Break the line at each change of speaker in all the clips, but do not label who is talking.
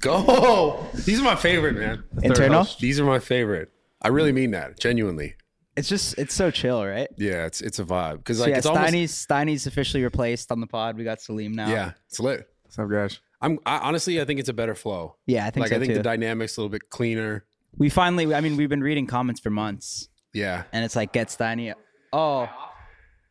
go. These are my favorite, man.
Internal?
These are my favorite. I really mean that, genuinely.
It's just it's so chill, right?
Yeah, it's it's a vibe because
So
like
yeah,
it's almost
Steiny's Steiny's officially replaced on the pod. We got Salim now.
yeah, it's lit.
What's up, guys?
I'm I, honestly, I think it's a better flow.
yeah, I think
like
so
I think
too.
the dynamics a little bit cleaner.
we finally, I mean, we've been reading comments for months,
Yeah,
and it's like get Steiny. Oh,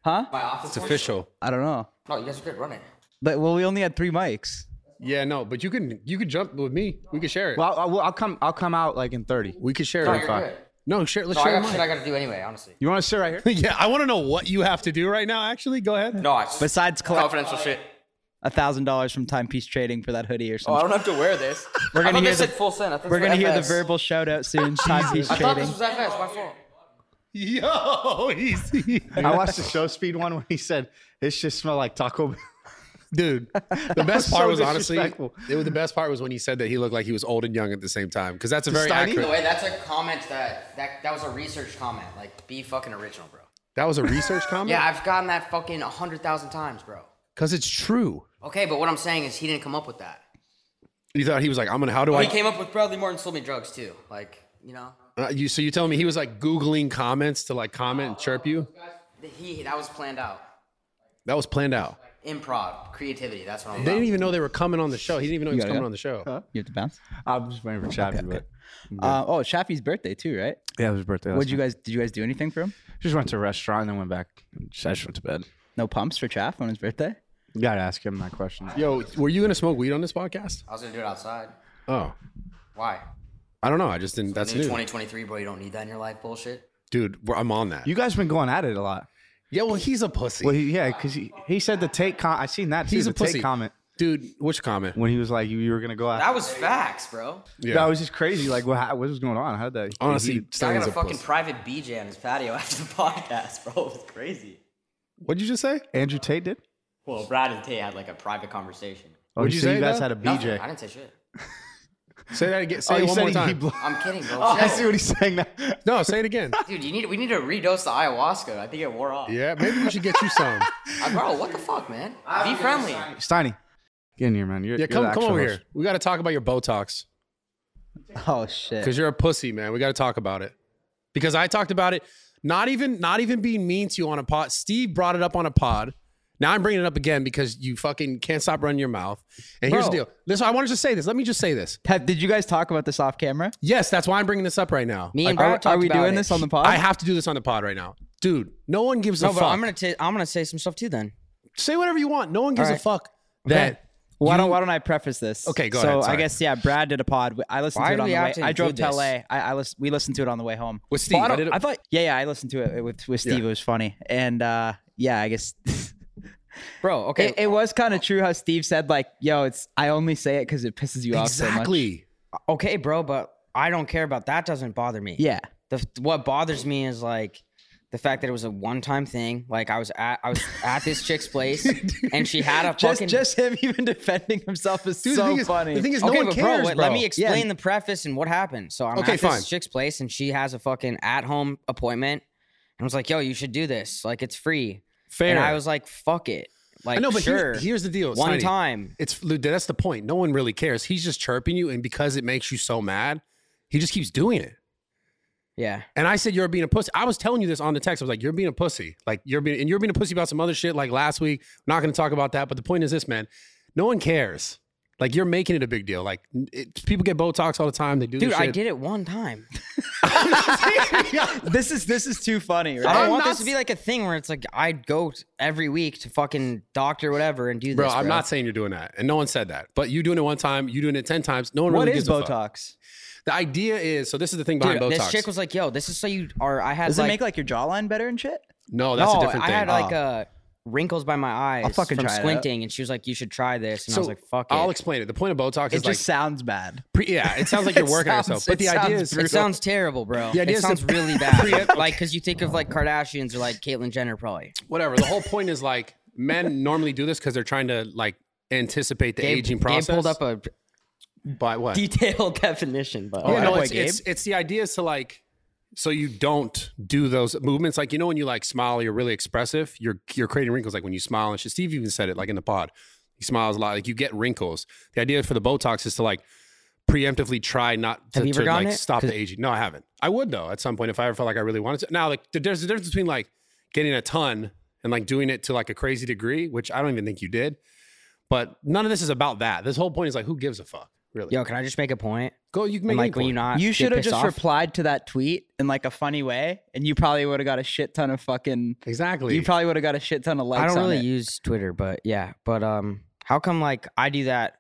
huh?
My office.
it's official.
I don't know,
No, you guys are good. Run it.
but well, we only had three mics.
Yeah, no, but you can you can jump with me. We can share it.
Well, I, will I'll come. I'll come out like in thirty.
we can share
No,
it.
you're good.
No, share. Let's
No, I
share.
got shit
mine.
I gotta do anyway. Honestly.
You want to sit right here?
yeah, I want to know what you have to do right now. Actually, go ahead.
No, I just
Besides collect
confidential shit.
a thousand dollars from timepiece trading for that hoodie or
Oh, I
something.
don't have to wear this.
We're gonna
I thought
hear
they said
the-
full send. I thought
We're
this was
gonna hear the
FS.
verbal shout out soon. timepiece
I thought
trading.
this was FS. My fault.
Yo, easy,
I watched the show speed one when he said it just smell like Taco Bell.
dude. The
was
best part
so
was honestly,
disrespectful.
it was the best part was when he said that he looked like he was old and young at the same time because that's a very
Steiny?
By the
accurate.
way, that's a comment that that that was a research comment. Like, be fucking original, bro.
That was a research comment.
Yeah, I've gotten that fucking a hundred thousand times, bro.
because it's true.
Okay, but what I'm saying is he didn't come up with that.
You thought he was like, I'm gonna. How do
But
I?
he came up with Bradley Martin sold me drugs too. Like, you know,
Uh, you so you telling me he was like googling comments to like comment and chirp you?
he that was planned out.
That was planned out.
Improv, creativity. That's what I'm.
They
About.
didn't even know they were coming on the show. He didn't even know he was
gotta
coming
go?
on the show.
You have to bounce.
I'm just waiting for Chappie, but
Uh, oh, Shafi's birthday too, right?
yeah, it was his birthday.
What'd you guys? Did you guys do anything for him?
Just went to a restaurant and then went back. Just- I just went to bed.
No pumps for Chaff on his birthday.
You gotta ask him that question.
Yo, were you gonna smoke weed on this podcast?
I was gonna do it outside.
Oh,
Why?
I don't know. I just didn't. That's
New
new,
2023, bro. You don't need that in your life, bullshit.
dude. we're- I'm on that.
You guys been going at it a lot.
yeah, well, he's a pussy,
Well, he, yeah, because he, he said the take comment. I seen that. Too,
He's
the
a pussy.
take comment
dude. Which comment?
when he was like, you, you were gonna go out.
That was facts, bro.
Yeah,
That was just crazy. Like, what, how- what was going on? How did that?
honestly,
I
Steiny's
got
a
a fucking
pussy.
private BJ on his patio after the podcast, bro. It was crazy.
What'd you just say?
Andrew Tate did.
Well, Brad and Tay had like a private conversation.
Oh,
What'd
he
you
said
say,
you guys
though?
had a
Nothing.
BJ.
I didn't say shit.
Say that again. Say
Oh,
it
he
one
said
more
he- he
time.
blo-
I'm kidding, bro.
I
Chill.
see what he's saying now.
no, say it again.
Dude, you need we need to redose the ayahuasca. I think it wore off.
yeah, maybe we should get you some.
Uh, bro, what the fuck, man? Be friendly.
Steiny, get in here, man. You're,
Yeah,
you're
come
the
come
actual
over
host.
here. We got to talk about your Botox
Oh shit.
because you're a pussy, man. We got to talk about it because I talked about it. Not even not even being mean to you on a pod. Steve brought it up on a pod. Now I'm bringing it up again because you fucking can't stop running your mouth. And here's the
Bro.
deal. Listen, I want to just say this. Let me just say this.
Have, did you guys talk about this off camera?
Yes, that's why I'm bringing this up right now.
Me
Are-
and Brad
are,
talked
we
about
doing
it.
this on the pod?
I have to do this on the pod right now, dude. No one gives
No,
a
but
fuck.
I'm gonna i I'm gonna say some stuff too. Then
say whatever you want. No one gives a
Alright.
fuck that.
why don't
you-
Why don't I preface this?
Okay, go
so
ahead,
I
sorry.
guess yeah. Brad did a pod. I listened
Why
to it
do
on
we
the
have
way.
to
I drove
include
to
this?
LA. I, I lis- we listened to it on the way home.
With Steve,
Well,
I
I,
did
don't-
it-
I thought yeah yeah I listened to it with with Steve.
Yeah.
It was funny and uh yeah I guess.
bro, okay.
It, it was kind of true how Steve said like, "Yo, it's I only say it because it pisses you off so much."
Exactly.
okay, bro, but I don't care about that. Doesn't bother me.
Yeah,
The what bothers me is like the fact that it was a one time thing. Like I was at I was at this chick's place and she had a
just
fucking
just him even defending himself is
Dude, the
so
thing is-
funny.
the thing is, no
okay,
one
but
cares.
bro, wait, let
bro.
me explain the preface and what happened. So I'm
Okay,
at
fine.
this chick's place and she has a fucking at home appointment. And I was like, yo, you should do this. Like it's free.
Fair.
And I was like, fuck it. Like
I know, but
sure.
here's, here's the deal.
one
Smitty.
time.
It's Lou, that's the point. No one really cares. He's just chirping you, and because it makes you so mad, he just keeps doing it.
Yeah.
And I said you're being a pussy. I was telling you this on the text. I was like, you're being a pussy. Like you're being and you're being a pussy about some other shit like last week. I'm not gonna talk about that. But the point is this, man. No one cares. Like you're making it a big deal. Like it, people get Botox all the time. They do.
Dude,
this
I
shit.
did it one time.
this is this is too funny,
I
right?
don't
I'm
want
not
this to be like a thing where it's like I'd go t- every week to fucking doctor whatever and do this.
Bro, I'm not saying you're doing that, and no one said that. But you doing it one time, you doing it ten times. No one
What
really
is
gives a fuck.
Botox?
The idea is so. This is the thing
Dude,
behind Botox.
this chick was like, "Yo, this is so you are." I had
Does
like,
it make like your jawline better and shit?
no, that's
no,
a different
I
thing. Oh, Ah.
had like uh wrinkles by my eyes
fucking
from
try it out.
squinting, and she was like, "You should try this," and I was like, "Fuck it."
I'll explain it. The point of Botox
It
is
just
like,
sounds bad.
pre- yeah, it sounds like you're
It
working on
sounds-
yourself, but
it
the idea
sounds
is,
brutal.
it sounds terrible, bro.
The idea
it
is to
sounds really bad.
pre-
like, cause you think of like Kardashians or like Caitlyn Jenner, probably.
whatever. The whole point is like, men normally do this because they're trying to like anticipate the
Gabe-
aging
Gabe
process.
pulled up a
by what?
detailed definition, but
Oh,
yeah, no,
Boy,
it's,
Gabe.
it's it's the idea is to like, so you don't do those movements. Like you know when you like smile, you're really expressive. You're you're creating wrinkles. Like when you smile, and shit. Steve even said it like in the pod. He smiles a lot. Like you get wrinkles. The idea for the Botox is to like preemptively try not to,
Have you ever
to,
gotten
like
it?
stop
'Cause-
the aging. No, I haven't. I would though at some point if I ever felt like I really wanted to. Now, like th- there's a difference between like getting a ton and like doing it to like a crazy degree, which I don't even think you did. But none of this is about that. This whole point is like, who gives a fuck, really?
Yo, can I just make a point?
Go, you can make
And
like
like when you not
you
get
should have
pissed
just
off?
replied to that tweet in like a funny way, and you probably would have got a shit ton of fucking.
exactly.
You probably would have got a shit ton of likes.
I don't
on
really
it.
use Twitter, but yeah. But um, how come like I do that?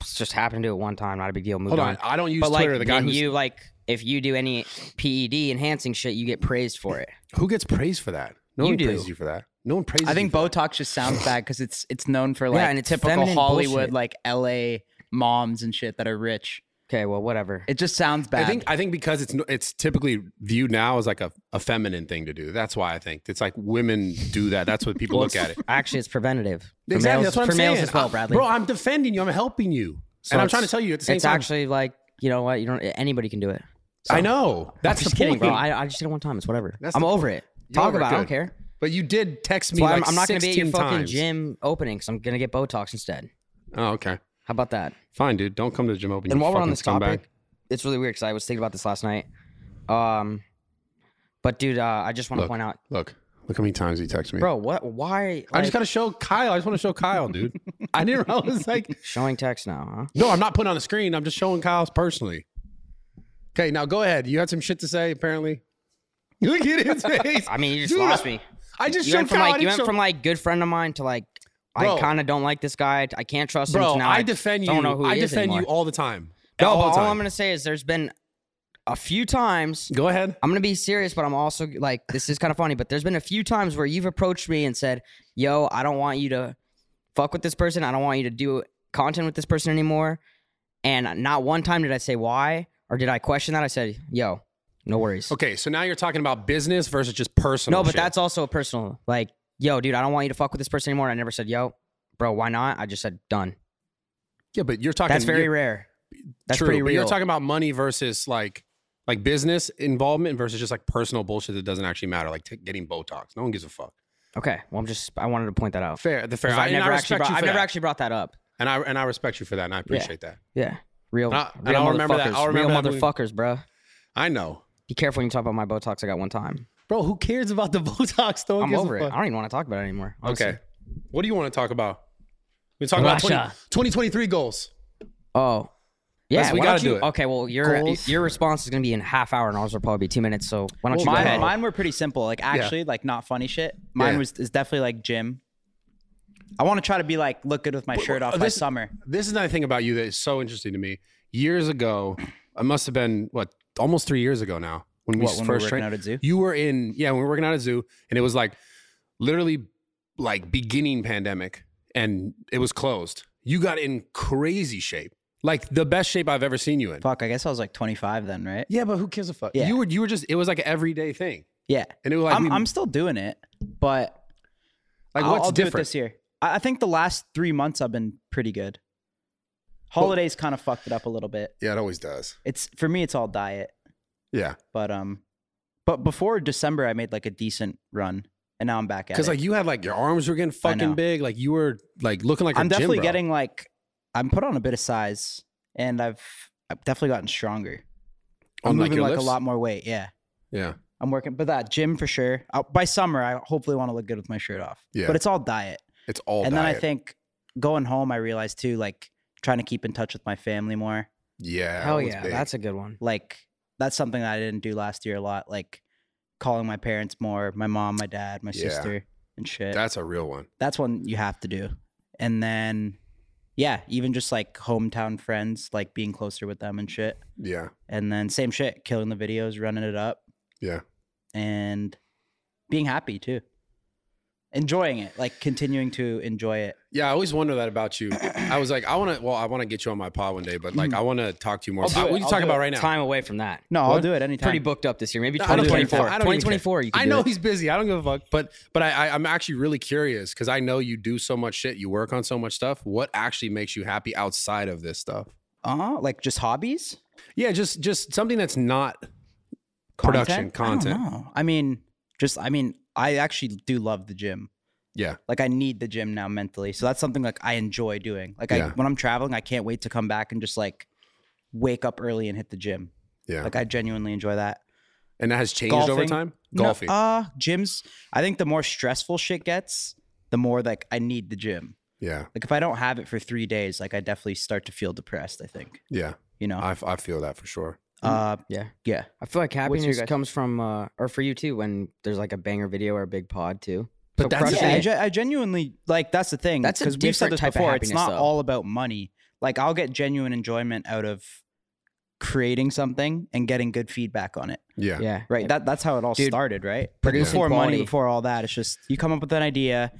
It's just happened to do it one time, not a big deal. Moved
Hold on,
on.
I don't use
But
Twitter.
like
the guy
when
who's,
you like, if you do any PED enhancing shit, you get praised for it.
who gets praised for that. No
You
one
do.
praises you for that. No one praises.
I think
you for
Botox just sounds bad because it's it's known for like
and it's
typical
feminine
Hollywood
bullshit.
like L.A. moms and shit that are rich.
Okay, well, whatever.
It just sounds
that.
bad.
I think I think because it's no- it's typically viewed now as like a, a feminine thing to do. That's why I think it's like women do that. That's what people look at it.
Actually, it's preventative for
Exactly.
males,
that's what I'm
for males
saying.
as well,
I-
Bradley.
Bro, I'm defending you. I'm helping you.
So
and I'm
it's-
trying to tell you at the same
it's
time.
actually like you know what you don't. Anybody can do it.
I know. That's
I'm just
the
kidding,
point.
bro. I, I just did it one time. It's whatever.
That's
I'm
the
over it.
You're
Talk
over it,
about. it. I don't
good.
care.
but you did text me
That's why
like
I'm, I'm not going to be at your
16
fucking
times.
gym opening because I'm going to get Botox instead.
Oh, okay.
How about that?
Fine, dude. Don't come to the gym open.
and
you
while we're
fucking
on this
scumbag.
topic, it's really weird because I was thinking about this last night. Um, but dude, uh, I just want to
Look.
point out,
look, look how many times he texted me.
bro, what? Why?
I just
like,
gotta show Kyle. I just want to show Kyle, dude. I didn't. I was like,
showing text now, huh?
no, I'm not putting on the screen. I'm just showing Kyle's personally. Okay, now go ahead. You had some shit to say, apparently. Look at his face.
I mean, you just
Dude,
lost
I-
me.
I just
you
showed
went from
Kyle. I
like you
didn't
went
show-
from like good friend of mine to like
Bro.
I kind of don't like this guy. I can't trust him.
bro.
to now
I defend you.
Don't know who
I
he is
defend
anymore.
you all the time.
No,
all
but
the
all
time.
I'm gonna say is there's been a few times.
Go ahead.
I'm gonna be serious, but I'm also like, this is kind of funny. But there's been a few times where you've approached me and said, "Yo, I don't want you to fuck with this person. I don't want you to do content with this person anymore." And not one time did I say why or did I question that. I said, "Yo, no worries."
Okay, so now you're talking about business versus just personal.
no, but
shit.
that's also a personal. Like, yo, dude, I don't want you to fuck with this person anymore. And I never said, "Yo, bro, why not?" I just said, "Done."
yeah, but you're talking
That's very
you're,
rare. That's
true,
pretty
but
real.
You're talking about money versus like like business involvement versus just like personal bullshit that doesn't actually matter, like t- getting Botox. No one gives a fuck.
okay, well, I'm just I wanted to point that out.
Fair, the fair.
'Cause
I,
I
and I
never actually
respect
brought,
you
I've
for
never
that.
actually brought that up.
and I and I respect you for that, and I appreciate that.
Yeah. Real,
And I- and
real
I'll
motherfuckers.
remember that. I'll remember
real
that when-
motherfuckers, bro.
I know,
Be careful when you talk about my Botox I got one time.
bro. Who cares about the Botox? No one
I'm
gives
over
a
it.
fuck.
I don't even want to talk about it anymore. honestly.
Okay, what do you want to talk about? We talk about 20,
Russia.
2023 goals.
Oh. Yeah,
That's- we
why don't
gotta do
you-
it.
Okay, well, your
Goals?
your response is gonna be in half hour, and ours will probably be two minutes. So why don't you go
mine,
ahead?
mine were pretty simple. Like actually, like not funny shit. Mine
Yeah.
was is definitely like gym. I want to try to be like look good with my shirt off by
this-
summer.
This is another thing about you that is so interesting to me. Years ago, I must have been what almost three years ago now when we
What, when we were
first
working
trained
out at Zoo?
You were in yeah when we were working out at Zoo, and it was like literally like beginning pandemic, and it was closed. You got in crazy shape, like the best shape I've ever seen you in.
Fuck, I guess I was like 25 then, right?
Yeah, but who gives a fuck?
Yeah.
You were you were just it was like an everyday thing,
Yeah,
and it was like
I'm,
we-
I'm still doing it, but
like
I'll,
what's
I'll do it
different?
this year. I, I think the last three months I've been pretty good. Holidays kind of fucked it up a little bit.
yeah, it always does.
It's for me, it's all diet,
Yeah,
but um, but before December I made like a decent run, and now I'm back at it.
because like you had like your arms were getting fucking
know.
big, like you were like looking like a
I'm
gym
definitely
bro.
getting like I'm put on a bit of size, and I've I've definitely gotten stronger. I'm
on like,
moving
your
like
lifts?
a lot more weight. Yeah,
Yeah.
I'm working, but that gym for sure. Uh by summer, I hopefully want to look good with my shirt off.
Yeah.
but it's all diet.
It's all
and then I
diet.
think going home, I realized too, like trying to keep in touch with my family more.
yeah.
Hell
it was
yeah,
big.
that's a good one.
Like that's something that I didn't do last year a lot. Like calling my parents more, my mom, my dad, my
Yeah.
sister, and shit.
that's a real one.
that's one you have to do. And then, yeah, even just like hometown friends, like being closer with them and shit.
Yeah.
And then same shit, killing the videos, running it up.
Yeah.
And being happy too. Enjoying it, like continuing to enjoy it.
Yeah, I always wonder that about you. I was like, I want to. Well, I want to get you on my pod one day, but
Mm.
like, I want to talk to you more.
I'll do
about-
it.
What are you
I'll
talking
do
about
it.
right now?
Time away from that.
No, I'll do it anytime.
Pretty booked up this year. Maybe
No, I don't care.
2024.
I don't even care.
2024. You can
I
do
know
it.
he's busy. I don't give a fuck. But but I, I I'm actually really curious because I know you do so much shit. You work on so much stuff. What actually makes you happy outside of this stuff?
Uh huh. Like just hobbies?
Yeah, just just something that's not production
Content? I,
content.
don't know. I mean, just I mean, I actually do love the gym.
Yeah.
Like I need the gym now mentally. So that's something like I enjoy doing. Like I
Yeah.
when I'm traveling, I can't wait to come back and just like wake up early and hit the gym.
Yeah.
Like I genuinely enjoy that.
And that has changed over
Golfing.
time.
No,
Golfing.
uh, gyms. I think the more stressful shit gets, the more like I need the gym.
yeah.
Like if I don't have it for three days, like I definitely start to feel depressed. I think
Yeah.
you know.
I, I feel that for sure.
uh,
Yeah.
yeah.
I feel like
your
happiness
guys'-
comes from, uh, or for you too, when there's like a banger video or a big pod too.
But
So
that's-
crushing
yeah, I,
it.
gen- I genuinely like that's the thing.
That's a
because we've said
different
this
type of
before. It's
happiness,
not
though.
all about money. Like I'll get genuine enjoyment out of creating something and getting good feedback on it.
Yeah.
yeah.
Right. That that's how it all
Dude,
started. Right. But
producing
before money,
quality.
before all that, it's just you come up with an idea,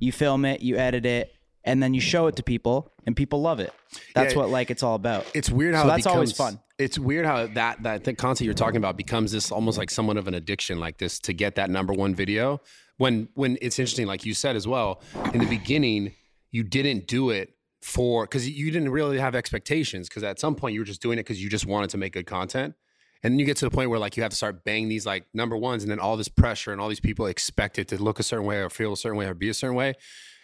you film it, you edit it, and then you show it to people, and people love it. That's
Yeah.
what like it's all about.
It's weird how
So
it
that's always
becomes-
fun.
It's weird how that that the concept you're talking about becomes this almost like somewhat of an addiction, like this to get that number one video. When when it's interesting, like you said as well, in the beginning, you didn't do it for because you didn't really have expectations. Because at some point, you were just doing it because you just wanted to make good content. And then you get to the point where like you have to start banging these like number ones, and then all this pressure and all these people expect it to look a certain way or feel a certain way or be a certain way.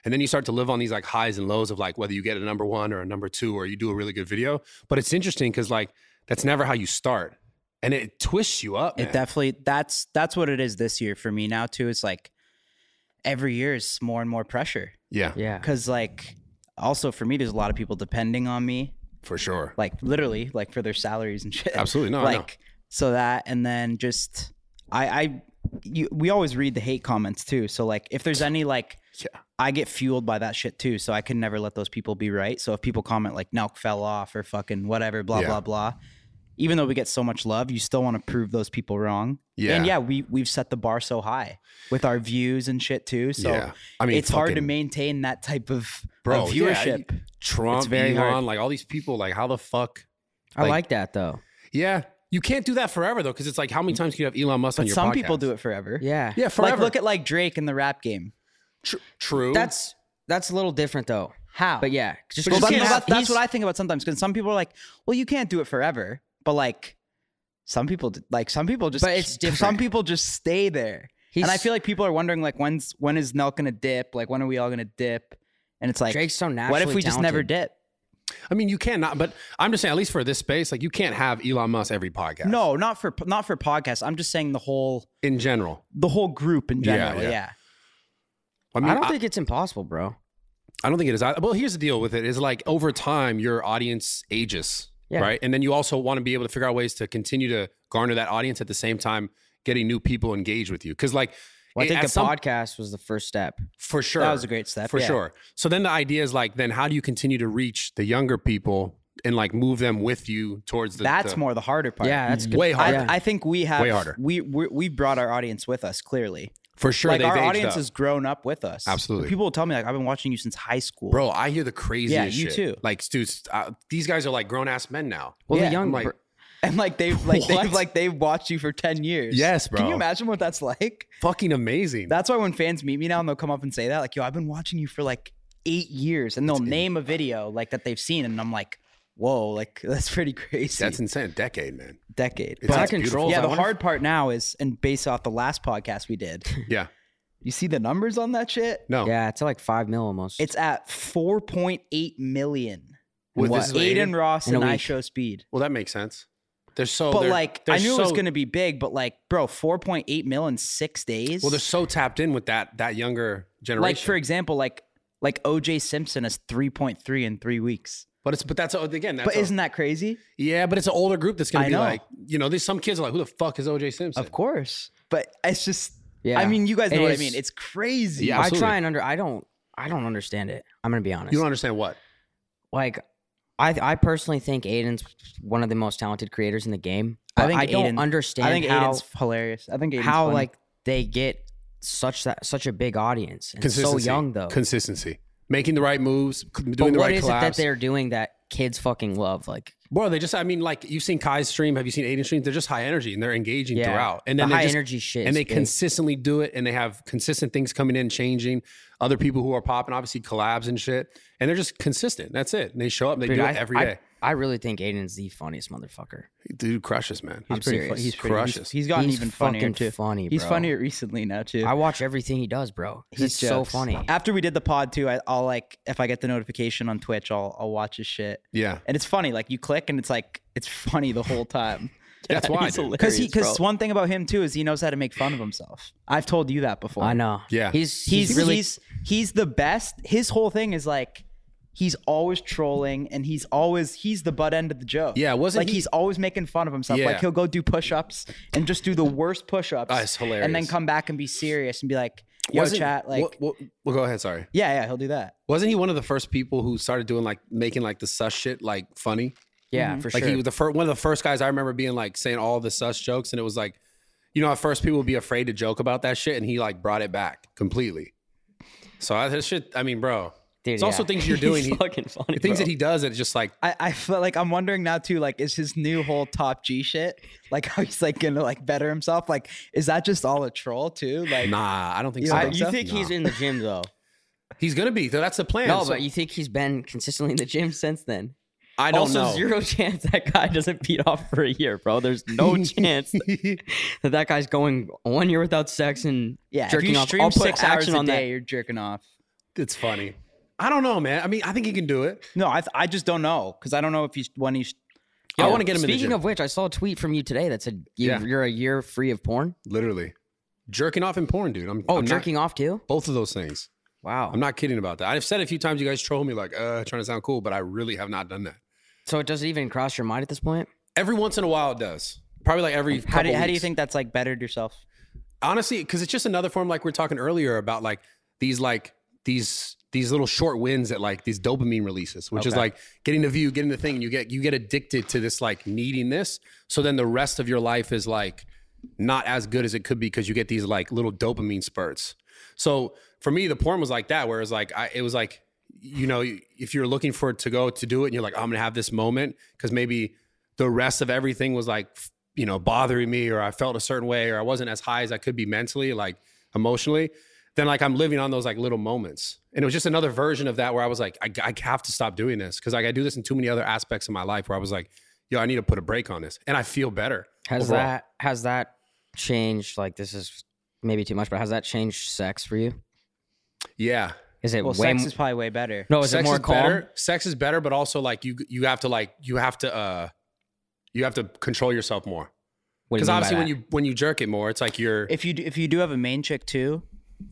And then you start to live on these like highs and lows of like whether you get a number one or a number two or you do a really good video. But it's interesting because like that's never how you start. And it twists you up.
It
Man.
definitely that's that's what it is this year for me now too. It's like every year is more and more pressure
yeah,
Yeah.
because like also for me, there's a lot of people depending on me,
for sure.
like literally, like for their salaries and shit.
Absolutely. Oh, No, no.
like so that and then just I I you, we always read the hate comments too. So like if there's any like
Yeah.
I get fueled by that shit too. So I can never let those people be right. So if people comment like Nelk fell off or fucking whatever, blah,
Yeah.
blah, blah. Even though we get so much love, you still want to prove those people wrong.
Yeah.
And yeah, we we've set the bar so high with our views and shit too. So
Yeah. I mean,
it's hard to
fucking-
maintain that type of,
Bro, yeah,
of
you-
viewership.
Trump,
It's very
Elon,
hard.
like all these people, like how the fuck?
I
Like-
like, that though.
Yeah, you can't do that forever though, because it's like how many times can you have Elon Musk on
Mm. but
your
some people do
podcast?
it forever.
Yeah.
Yeah, forever.
Like look at like Drake in the rap game.
Tr- true.
That's that's a little different though.
How?
But yeah, just
But you
Well,
because
that's,
can't
you
that's-
have-
that's
he's-
what I think about sometimes because some people are like, well, you can't do it forever. But like, some people d- like some people just
But it's different.
some people just stay there. and I
he's-
feel like people are wondering like when's when is Nell gonna dip? Like when are we all gonna dip? And it's like
Drake's so naturally
what if we just never
talented.
dip?
I mean, you cannot. But I'm just saying, at least for this space, like you can't have Elon Musk every podcast.
No, not for not for podcasts. I'm just saying the whole
in general.
the whole group in
Yeah,
general. Yeah.
yeah. I mean,
I don't think it's impossible, bro.
I don't think it is. I- Well, here's the deal with it: is like over time, your audience ages,
Yeah.
right? And then you also want to be able to figure out ways to continue to garner that audience at the same time, getting new people engaged with you. Because like,
Well, I
it-
think
at
the
some-
podcast was the first step.
for sure,
That was a great step.
for
yeah.
sure. So then the idea is like, then how do you continue to reach the younger people and like move them with you towards the?
That's
the-
more the harder part.
Yeah, that's good.
uh, way
I,
harder
I think we have
Way harder.
We, we we brought our audience with us clearly.
for sure.
like
they've
our
aged
audience
up.
has grown up with us.
Absolutely.
People will tell me like I've been watching you since high school.
Bro, I hear the craziest
you
shit.
too.
Like, dude, uh, these guys are like grown ass men now.
Well,
Yeah,
the young
I'm like-
br-
And like they've like
What?
they've like they've watched you for 10 years.
Yes,
Can
bro.
you imagine what that's like?
Fucking amazing.
That's why when fans meet me now and they'll come up and say that, like, yo, I've been watching you for like eight years, and they'll name a video like that they've seen, and I'm like, whoa, like that's pretty crazy.
That's insane. A decade, man.
decade.
It's
But-
out of
it's beautiful.
control.
yeah,
I
the
wonder if-
hard part now is, and based off the last podcast we did,
Yeah.
you see the numbers on that shit?
No.
yeah, it's like five mil almost.
It's at 4.8 million.
With-
what?
this is what
Aiden Ross
In a
and I
week.
show speed.
Well, that makes sense. They're so.
but
Oh, they're-
like,
they're
I knew it was
so-
going to be big, but like, bro, 4.8 mil in six days.
Well, they're so tapped in with that that younger generation.
like for example, like like OJ Simpson is 3.3 in three weeks.
but it's but that's again. That's
But
a-
isn't that crazy?
yeah, but it's an older group that's going
I
to be
know.
like you know. There's some kids are like, who the fuck is OJ Simpson?
Of course. But it's just
Yeah.
I mean, you guys know
It
what
is-
I mean. It's crazy.
Yeah,
I
absolutely.
try and under. I don't. I don't understand it. I'm gonna be honest.
You don't understand what?
like, I I personally think Aiden's one of the most talented creators in the game. But I
think
I don't
Aiden-
understand
I think
how
Aiden's hilarious. I think Aiden's
how
funny.
like they get such that such a big audience and so
Consistency.
young though.
Consistency. Making the right moves, c- doing
but
the
what
right
is it that
collabs.
they're doing that kids fucking love? Like,
Bro, they just, I mean, like, you've seen Kai's stream. Have you seen Aiden's stream? They're just high energy and they're engaging
Yeah.
throughout. And then
the
they
high
just-
energy shit,
and
is
they
big.
consistently do it and they have consistent things coming in changing other people who are popping obviously collabs and shit and they're just consistent that's it and they show up and they
Dude,
do
I-
it every
I-
day
I really think Aiden's the funniest motherfucker.
Dude crushes, man.
He's
I'm
pretty
serious.
Fu- he's pretty,
Crushes.
He's, he's gotten
He's
even funnier
fucking
too.
funny,
he's
bro.
funnier recently now too.
I watch everything he does, bro. He's
His
so
jokes.
funny.
After we did the pod too, I, I'll like if I get the notification on Twitch, I'll I'll watch his shit,
Yeah.
and it's funny. Like you click, and it's like it's funny the whole time.
That's why,
He's
dude.
hilarious, he
bro.
because one thing about him too is he knows how to make fun of himself. I've told you that before.
I know.
Yeah.
He's
he's
he's really
he's he's the best. His whole thing is like he's always trolling and he's always he's the butt end of the joke.
Yeah, wasn't
like
he-
he's always making fun of himself.
Yeah.
Like he'll go do push-ups and just do the worst push-ups.
Ah, it's
And then
hilarious.
come back and be serious and be like, "Yo,
Wasn't-
chat." Like,
Well, well- well, go ahead. Sorry.
yeah, yeah, he'll do that.
Wasn't he one of the first people who started doing like making like the sus shit like funny?
yeah for
Mhm. Like
sure.
he was the first one of the first guys I remember being like saying all the sus jokes, and it was like, you know, at first people would be afraid to joke about that shit, and he like brought it back completely. So I, this shit, I mean, bro,
Dude,
it's also
yeah.
things you're doing.
He's
he,
fucking funny.
the things
bro.
that he does, it's just like,
I, I feel like I'm wondering now too, like, is his new whole top G shit like how he's like gonna like better himself? Like, is that just all a troll too? Like,
nah, I don't think
You
so.
don't
I,
think
you
so?
think he's
Nah.
in the gym though?
he's gonna be. So that's the plan.
no,
So
but you think he's been consistently in the gym since then?
I don't
also,
know.
zero chance that guy doesn't beat off for a year, bro. There's no chance that that guy's going one year without sex and
yeah, if
jerking
you
off.
stream
I'll put
six hours
action
a
on
day,
that.
you're jerking off.
It's funny. I don't know, man. I mean, I think he can do it.
No, I, th- I just don't know because I don't know if he's when he's.
I want to get him.
Speaking
in the gym.
of which, I saw a tweet from you today that said you,
Yeah.
you're a year free of porn.
literally jerking off and porn, dude. I'm
Oh,
I'm not-
jerking off too?
both of those things.
Wow.
I'm not kidding about that. I've said a few times you guys troll me like, uh, trying to sound cool, but I really have not done that.
so it doesn't even cross your mind at this point.
Every once in a while it does. Probably like every
How do,
couple
how do you
weeks.
think that's like bettered yourself?
honestly, because it's just another form like we are talking earlier about like these like these these little short wins that like these dopamine releases, which is
Okay.
like getting the view, getting the thing, and you get you get addicted to this like needing this. So then the rest of your life is like not as good as it could be because you get these like little dopamine spurts. So for me, the porn was like that, where it's like I it was like you know if you're looking for it to go to do it, and you're like "Oh, I'm gonna have this moment because maybe the rest of everything was like f- you know bothering me or i felt a certain way or i wasn't as high as i could be mentally like emotionally then like i'm living on those like little moments and it was just another version of that where i was like i, I have to stop doing this because like i do this in too many other aspects of my life where i was like yo i need to put a break on this and i feel better
Has
overall.
that has that changed? Like this is maybe too much, but has that changed sex for you?
yeah
Is it
Well,
way
sex
m-
is probably way better.
no? Oh, Is
sex
it more
is
calm?
better sex is better but also like you you have to like you have to uh you have to control yourself more
What do you
because
mean by
obviously when
that?
you when you jerk it more it's like you're
If you do, if you do have a main chick too,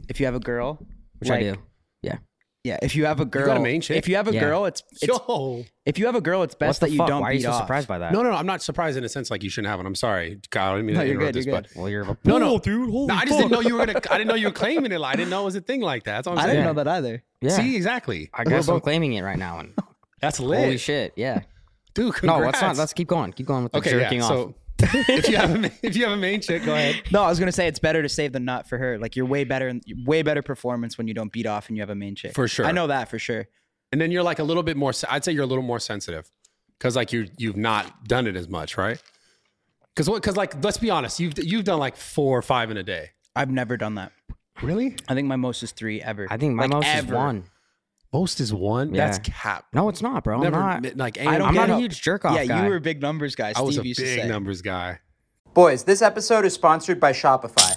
if you have a girl,
which I
like-
do. Yeah.
Yeah, if you have a girl,
a main chick?
If you have a
Yeah.
girl, it's, it's
yo
if you have a girl, it's
what
best that
the
you
fuck?
don't
Why are
beat
you so
off.
surprised by that?
No, no, no. I'm not surprised in a sense like you shouldn't have one. I'm sorry, Kyle. I didn't mean
No,
to
you're
interrupt
good,
this,
you're
but
Well, you're a
no, no,
dude.
no, I just didn't know you were gonna. I didn't know you were claiming it. Like, I didn't know it was a thing like that. That's what I'm
I
saying.
didn't know that either.
yeah.
See, exactly.
I guess I'm claiming it right now. And
That's lit,
holy shit, yeah.
dude.
No,
Congrats.
let's not. Let's keep going. Keep going with the
okay,
jerking
yeah.
off.
So if you have a, ma- if you have a main chick, go ahead.
No, I was gonna say it's better to save the nut for her. Like you're way better, in- way better performance when you don't beat off and you have a main chick.
For sure.
I know that for sure.
And then you're like a little bit more. se- I'd say you're a little more sensitive because like you you've not done it as much, right? Because what? Because like let's be honest, you've you've done like four or five in a day.
I've never done that.
Really?
I think my most is three ever.
I think my
Like,
most is
ever.
one.
Most is one.
Yeah.
That's cap.
No, it's not, bro.
Never
I'm not.
admit, like
I
I
don't
I'm
get
not a
how-
huge jerk off
Yeah,
guy.
you were a big numbers guy. Steve
I was a
used to say.
big numbers guy.
Boys, this episode is sponsored by Shopify.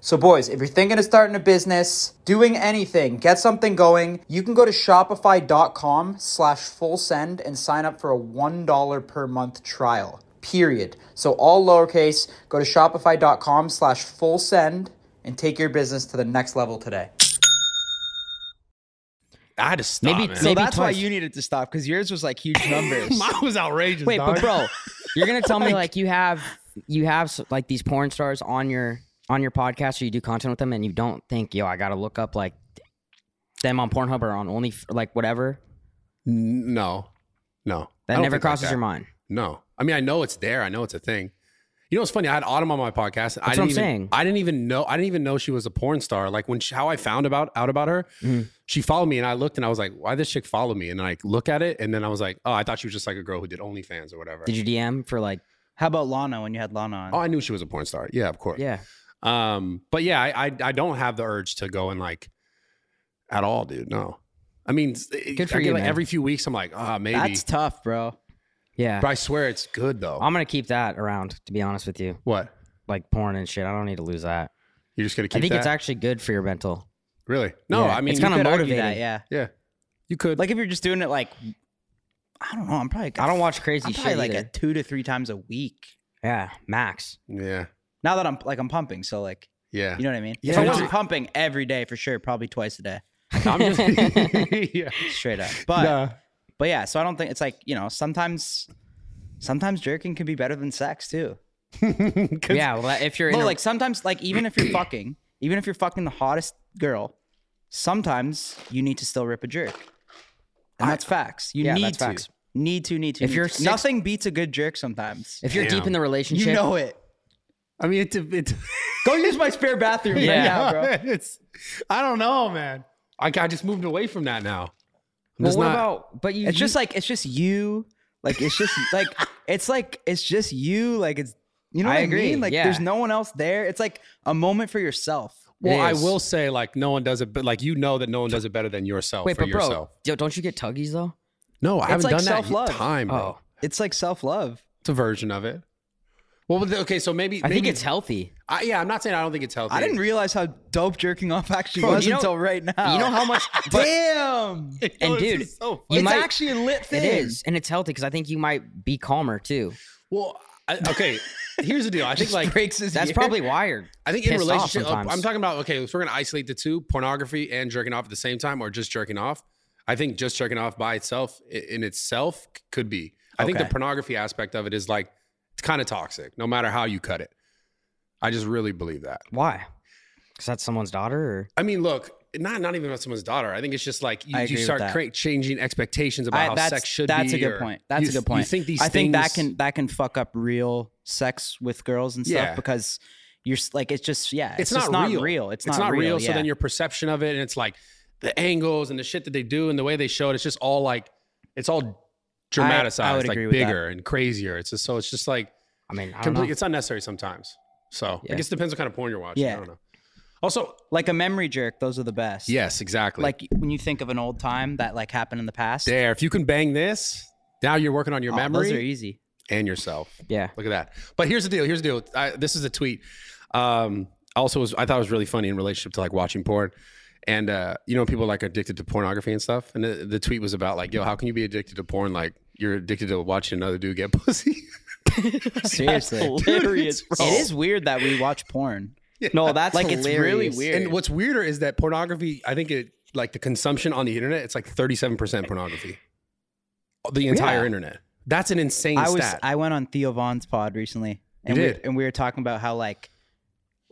So, boys, if you're thinking of starting a business, doing anything, get something going, you can go to shopify.com slash full send and sign up for a $1 per month trial, period. So, all lowercase, go to shopify.com slash full send and take your business to the next level today.
I had to stop.
Maybe-
man.
So
maybe
that's why
twice.
you needed to stop because yours was like huge numbers.
mine was outrageous.
Wait,
dog.
but bro, you're gonna tell me like you have you have s- like these porn stars on your on your podcast or you do content with them and you don't think yo I gotta look up like them on Pornhub or on only like whatever
N- no, no, I
that
don't
never
think like
crosses
that.
your mind.
No, I mean I know it's there. I know it's a thing. You know what's funny? I had Autumn on my podcast. I
what
didn't
I'm
even,
saying.
I didn't even know. I didn't even know she was a porn star. Like when she, how I found about out about her,
Mm-hmm.
she followed me, and I looked, and I was like, "Why this chick follow me?" And then I look at it, and then I was like, "Oh, I thought she was just like a girl who did OnlyFans or whatever."
Did you DM for like
How about Lana when you had Lana on?
oh, I knew she was a porn star. Yeah, of course.
yeah?
Um, but yeah, I, I I don't have the urge to go and like at all, dude. No. I mean,
Good
good
for
I get
you,
like
man.
every few weeks, I'm like, ah, maybe.
That's tough, bro.
Yeah,
but I swear it's good though.
I'm gonna keep that around to be honest with you,
what?
like porn and shit. I don't need to lose that.
You're just gonna keep
I think
that?
it's actually good for your mental.
really no.
Yeah,
I mean,
it's
you
kinda
could-
Could argue
motivating.
that, yeah.
yeah, you could.
Like if you're just doing it like, I don't know. I'm probably.
I don't watch crazy
I'm
shit
probably like
either.
a two to three times a week.
yeah, max.
yeah,
Now that I'm like I'm pumping, so like
yeah.
you know what I mean.
Yeah,
if I
no,
wasn't
I-
pumping every day for sure, probably twice a day,
I'm just, yeah.
straight up. But
Nah.
but yeah, so I don't think it's like you know sometimes sometimes jerking can be better than sex too.
'Cause-
Yeah, well, that- if you're in
No,
a-
like sometimes like even if you're fucking, even if you're fucking the hottest girl, sometimes you need to still rip a jerk. And that's facts. You
Yeah,
need
that's
to.
facts.
Need to, need to.
If
need
you're
to.
six-
nothing beats a good jerk sometimes.
if you're deep
Damn.
in the relationship,
You know it.
I mean, it. it
Go use my spare bathroom right
Yeah.
now, bro.
it's. I don't know, man. I, I just moved away from that now. I'm
Well,
just
what
not-
about? But you
It's
you-
just like it's just you. Like it's just like it's like it's just you. Like it's you know
I
what I
agree,
mean? Like
yeah.
there's no one else there. It's like a moment for yourself.
Well, I
is.
will say, like, no one does it, but like, you know that no one does it better than yourself
wait,
for
but bro,
yourself.
yo, don't you get tuggies though?
No, I haven't
like
done
self-love.
that in time, bro.
Oh,
It's like self love.
It's a version of it. Well, but the- okay, so maybe,
I think
maybe-
it's healthy.
I, yeah, I'm not saying I don't think it's healthy.
I didn't realize how dope jerking off actually
Bro,
was
you know-
until right now.
You know how much? but
Damn.
No,
and
this
dude,
is so
you
it's
might-
actually a lit
it
thing.
is, and it's healthy because I think you might be calmer too.
well, I, okay. Here's the deal. I think like
breaks his
That's
ear.
probably wired.
I think in
pissed off
relationship, uh,
oh,
sometimes.
I'm talking about okay. If we're gonna isolate the two, pornography and jerking off at the same time, or just jerking off, I think just jerking off by itself i- in itself c- could be. I think the
Okay.
pornography aspect of it is like it's kind of toxic, no matter how you cut it. I just really believe that.
Why? Because that's someone's daughter. Or?
I mean, look, not not even about someone's daughter. I think it's just like you,
I
you
agree with
start
that.
create changing expectations about
I-
how
that's,
sex should
that's
be.
a good
or
point. That's
you
a
th-
good point.
You think these
I
things?
think that can that can fuck up real sex with girls and stuff
Yeah.
because you're s- like it's just yeah,
It's,
just
not, real.
It's, not, real.
So then
yeah.
your perception of it, and it's like the angles and the shit that they do and the way they show it. It's just all like it's all dramatized,
I would
like
agree with that.
bigger and crazier. It's just so it's just like
I mean, I don't
complete.
know.
It's unnecessary sometimes. So
Yeah.
I guess it depends what kind of porn you're watching.
Yeah.
I don't know. Also,
like a memory jerk. Those are the best.
yes, exactly.
Like when you think of an old time that like happened in the past.
there, if you can bang this, now you're working on your
oh,
memory
Those are easy.
and yourself.
Yeah.
Look at that. But here's the deal. Here's the deal. I, this is a tweet. Um, also, was, I thought it was really funny in relationship to like watching porn. And uh, you know, people like addicted to pornography and stuff. And the, the tweet was about like, yo, how can you be addicted to porn? Like you're addicted to watching another dude get pussy.
Seriously,
hilarious, bro.
It is weird that we watch porn.
No, that's
Like it's really
hilarious.
weird.
and what's weirder is that pornography. I think it like the consumption on the internet. It's like 37 percent pornography. The entire
Yeah.
internet. That's an insane
I was
stat.
I went on Theo Vaughn's pod recently, and we
did.
and we were talking about how like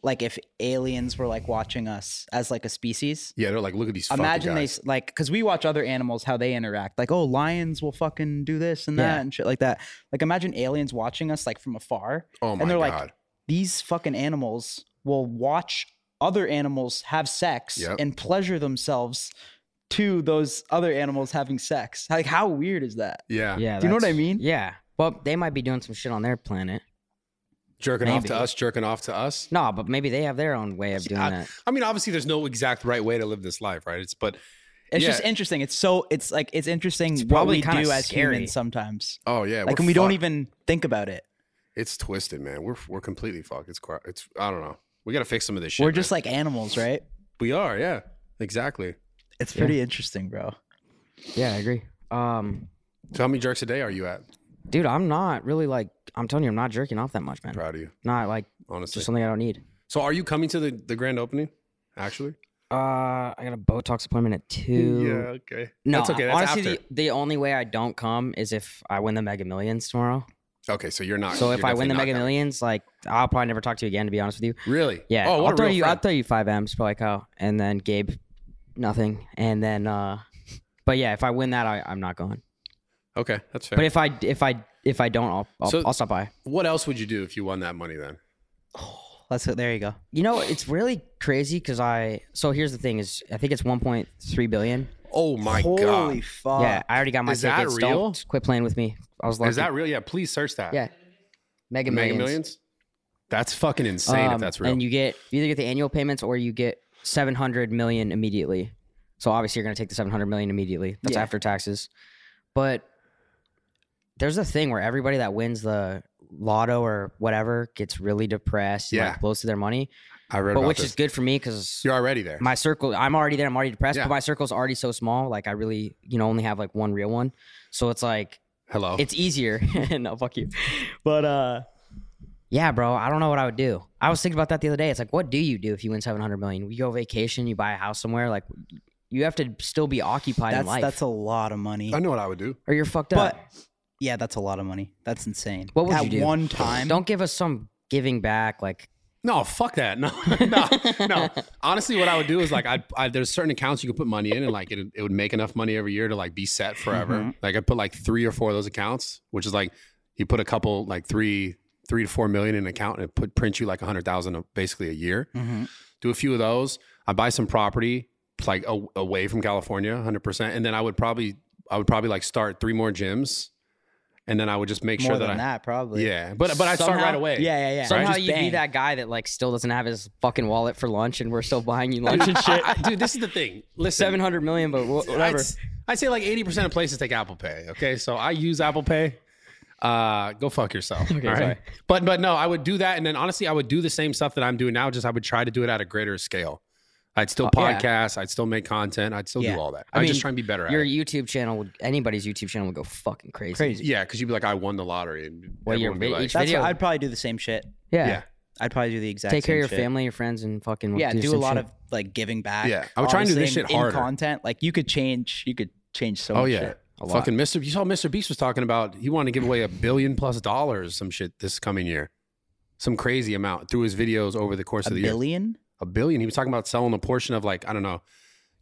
like if aliens were like watching us as like a species.
yeah, they're like, look at these.
Imagine
fucking
they
guys.
s- like because we watch other animals how they interact. Like oh, lions will fucking do this and
Yeah.
that and shit like that. Like imagine aliens watching us like from afar.
Oh my
and they're
god.
like these fucking animals will watch other animals have sex
Yep.
and pleasure themselves to those other animals having sex. Like how weird is that?
yeah.
Yeah.
Do you know what I
that's-
mean?
Yeah. Well, they might be doing some shit on their planet.
Jerking off
Maybe.
to us. Jerking off to us.
No,
Ah.
but maybe they have their own way of doing
I-
that.
I mean, obviously, there's no exact right way to live this life, right? It's but
It's
Yeah.
just interesting. It's so it's like it's interesting what
probably
we
kinda
do as
scary.
humans sometimes.
Oh yeah,
Like
we're
and we don't
fucked.
even think about it.
It's twisted, man. We're we're completely fucked. It's cra- it's I don't know. We got to fix some of this shit.
We're just
man.
like animals, right?
we are. Yeah, exactly.
It's pretty interesting, bro.
Yeah, I agree. Um,
So how many jerks a day are you at?
dude, I'm not really like I'm telling you, I'm not jerking off that much, man.
Proud of you,
Not like
honestly.
just something I don't need.
so are you coming to the the grand opening? Actually,
Uh, I got a Botox appointment at two.
Okay.
No,
that's okay. That's
honestly,
after.
the, the only way I don't come is if I win the Mega Millions tomorrow.
okay, so you're not.
So if
you're
I win the
definitely not
Mega Millions, like I'll probably never talk to you again. To be honest with you,
coming. really?
yeah.
Oh, what
I'll
a
throw
real
you. I'll
friend.
throw you five M's, probably Kyle, and then Gabe, nothing, and then. uh But yeah, if I win that, I, I'm not going.
okay, that's fair.
But if I if I if I don't, I'll I'll,
So-
I'll stop by.
what else would you do if you won that money then?
That's it. There you go.
You know, it's really crazy because I. So here's the thing: is I think it's 1.3 billion.
Oh my
Holy
god.
fuck.
yeah, I already got my
is that
tickets.
real?
Don't quit playing with me. I was like,
Is that real? Yeah, please search that.
Yeah, Mega
Mega
Millions.
Millions. That's fucking insane if
Um,
that's real.
And you get you either get the annual payments or you get 700 million immediately. So obviously you're going to take the 700 million immediately. That's
Yeah.
after taxes. But there's a thing where everybody that wins the lotto or whatever gets really depressed and
Yeah.
like blows to their money.
I read
But
about
which
this.
is good for me cuz
You're already there.
my circle i'm already there i'm already depressed
Yeah.
but my circle's already so small like i really you know only have like one real one so it's like
Oh.
Hello.
it's easier no fuck you but uh yeah bro i don't know what i would do i was thinking about that the other day it's like what do you do if you win 700 million you go vacation you buy a house somewhere like you have to still be occupied
That's
in life
that's a lot of money.
I know what I would do.
or you're fucked
But
up
yeah, that's a lot of money. That's insane.
What would
At
you do?
one time?
don't give us some giving back like
No, fuck that. No, no, no. Honestly, what I would do is like, I'd, I there's certain accounts you can put money in, and like it, it would make enough money every year to like be set forever.
Mm-hmm.
Like I put like three or four of those accounts, which is like you put a couple like three three to four million in an account, and it put print you like a hundred thousand basically a year.
Mhm.
Do a few of those. I buy some property like a, away from California, hundred percent, and then I would probably I would probably like start three more gyms, and then I would just make
More
sure that,
than that,
I
probably.
yeah, but but I start
Somehow-
right away.
Yeah, yeah, yeah.
somehow
Just
you'd be
bang.
that guy that like still doesn't have his fucking wallet for lunch and we're still buying you lunch and shit
I- I- dude, this is the thing. Listen,
700 million but wh- whatever
I'd, I'd say like 80% of places take Apple Pay. Okay. So I use Apple Pay. Uh, go fuck yourself. all right?
sorry.
But, but no, I would do that. And then honestly, I would do the same stuff that I'm doing now. Just I would try to do it at a greater scale. I'd still
Oh, yeah.
podcast. I'd still make content. I'd still
Yeah.
do all that.
I
I would just
mean,
try and be better at
your
it.
YouTube channel would anybody's YouTube channel would go fucking crazy.
Crazy.
Yeah. Cause you'd be like, I won the lottery. And
Well, you're
everyone would be
rich.
like,
That-
That's
Video.
what, I'd probably do the same shit.
Yeah.
yeah.
I'd probably do the exact.
Take care of
same
your
shit.
family, your friends, and fucking
Yeah, do, a
some
lot
shit.
of like giving back.
Yeah, I would try and do this
obviously,
shit
in-
harder.
in content. Like you could change. You could change so.
Oh
much
yeah.
shit.
Fucking Mr. You saw Mr. Beast was talking about he wanted to give away a billion plus dollars, some shit this coming year. Some crazy amount through his videos over the course
A
of the year.
billion.
a billion. He was talking about selling a portion of like I don't know,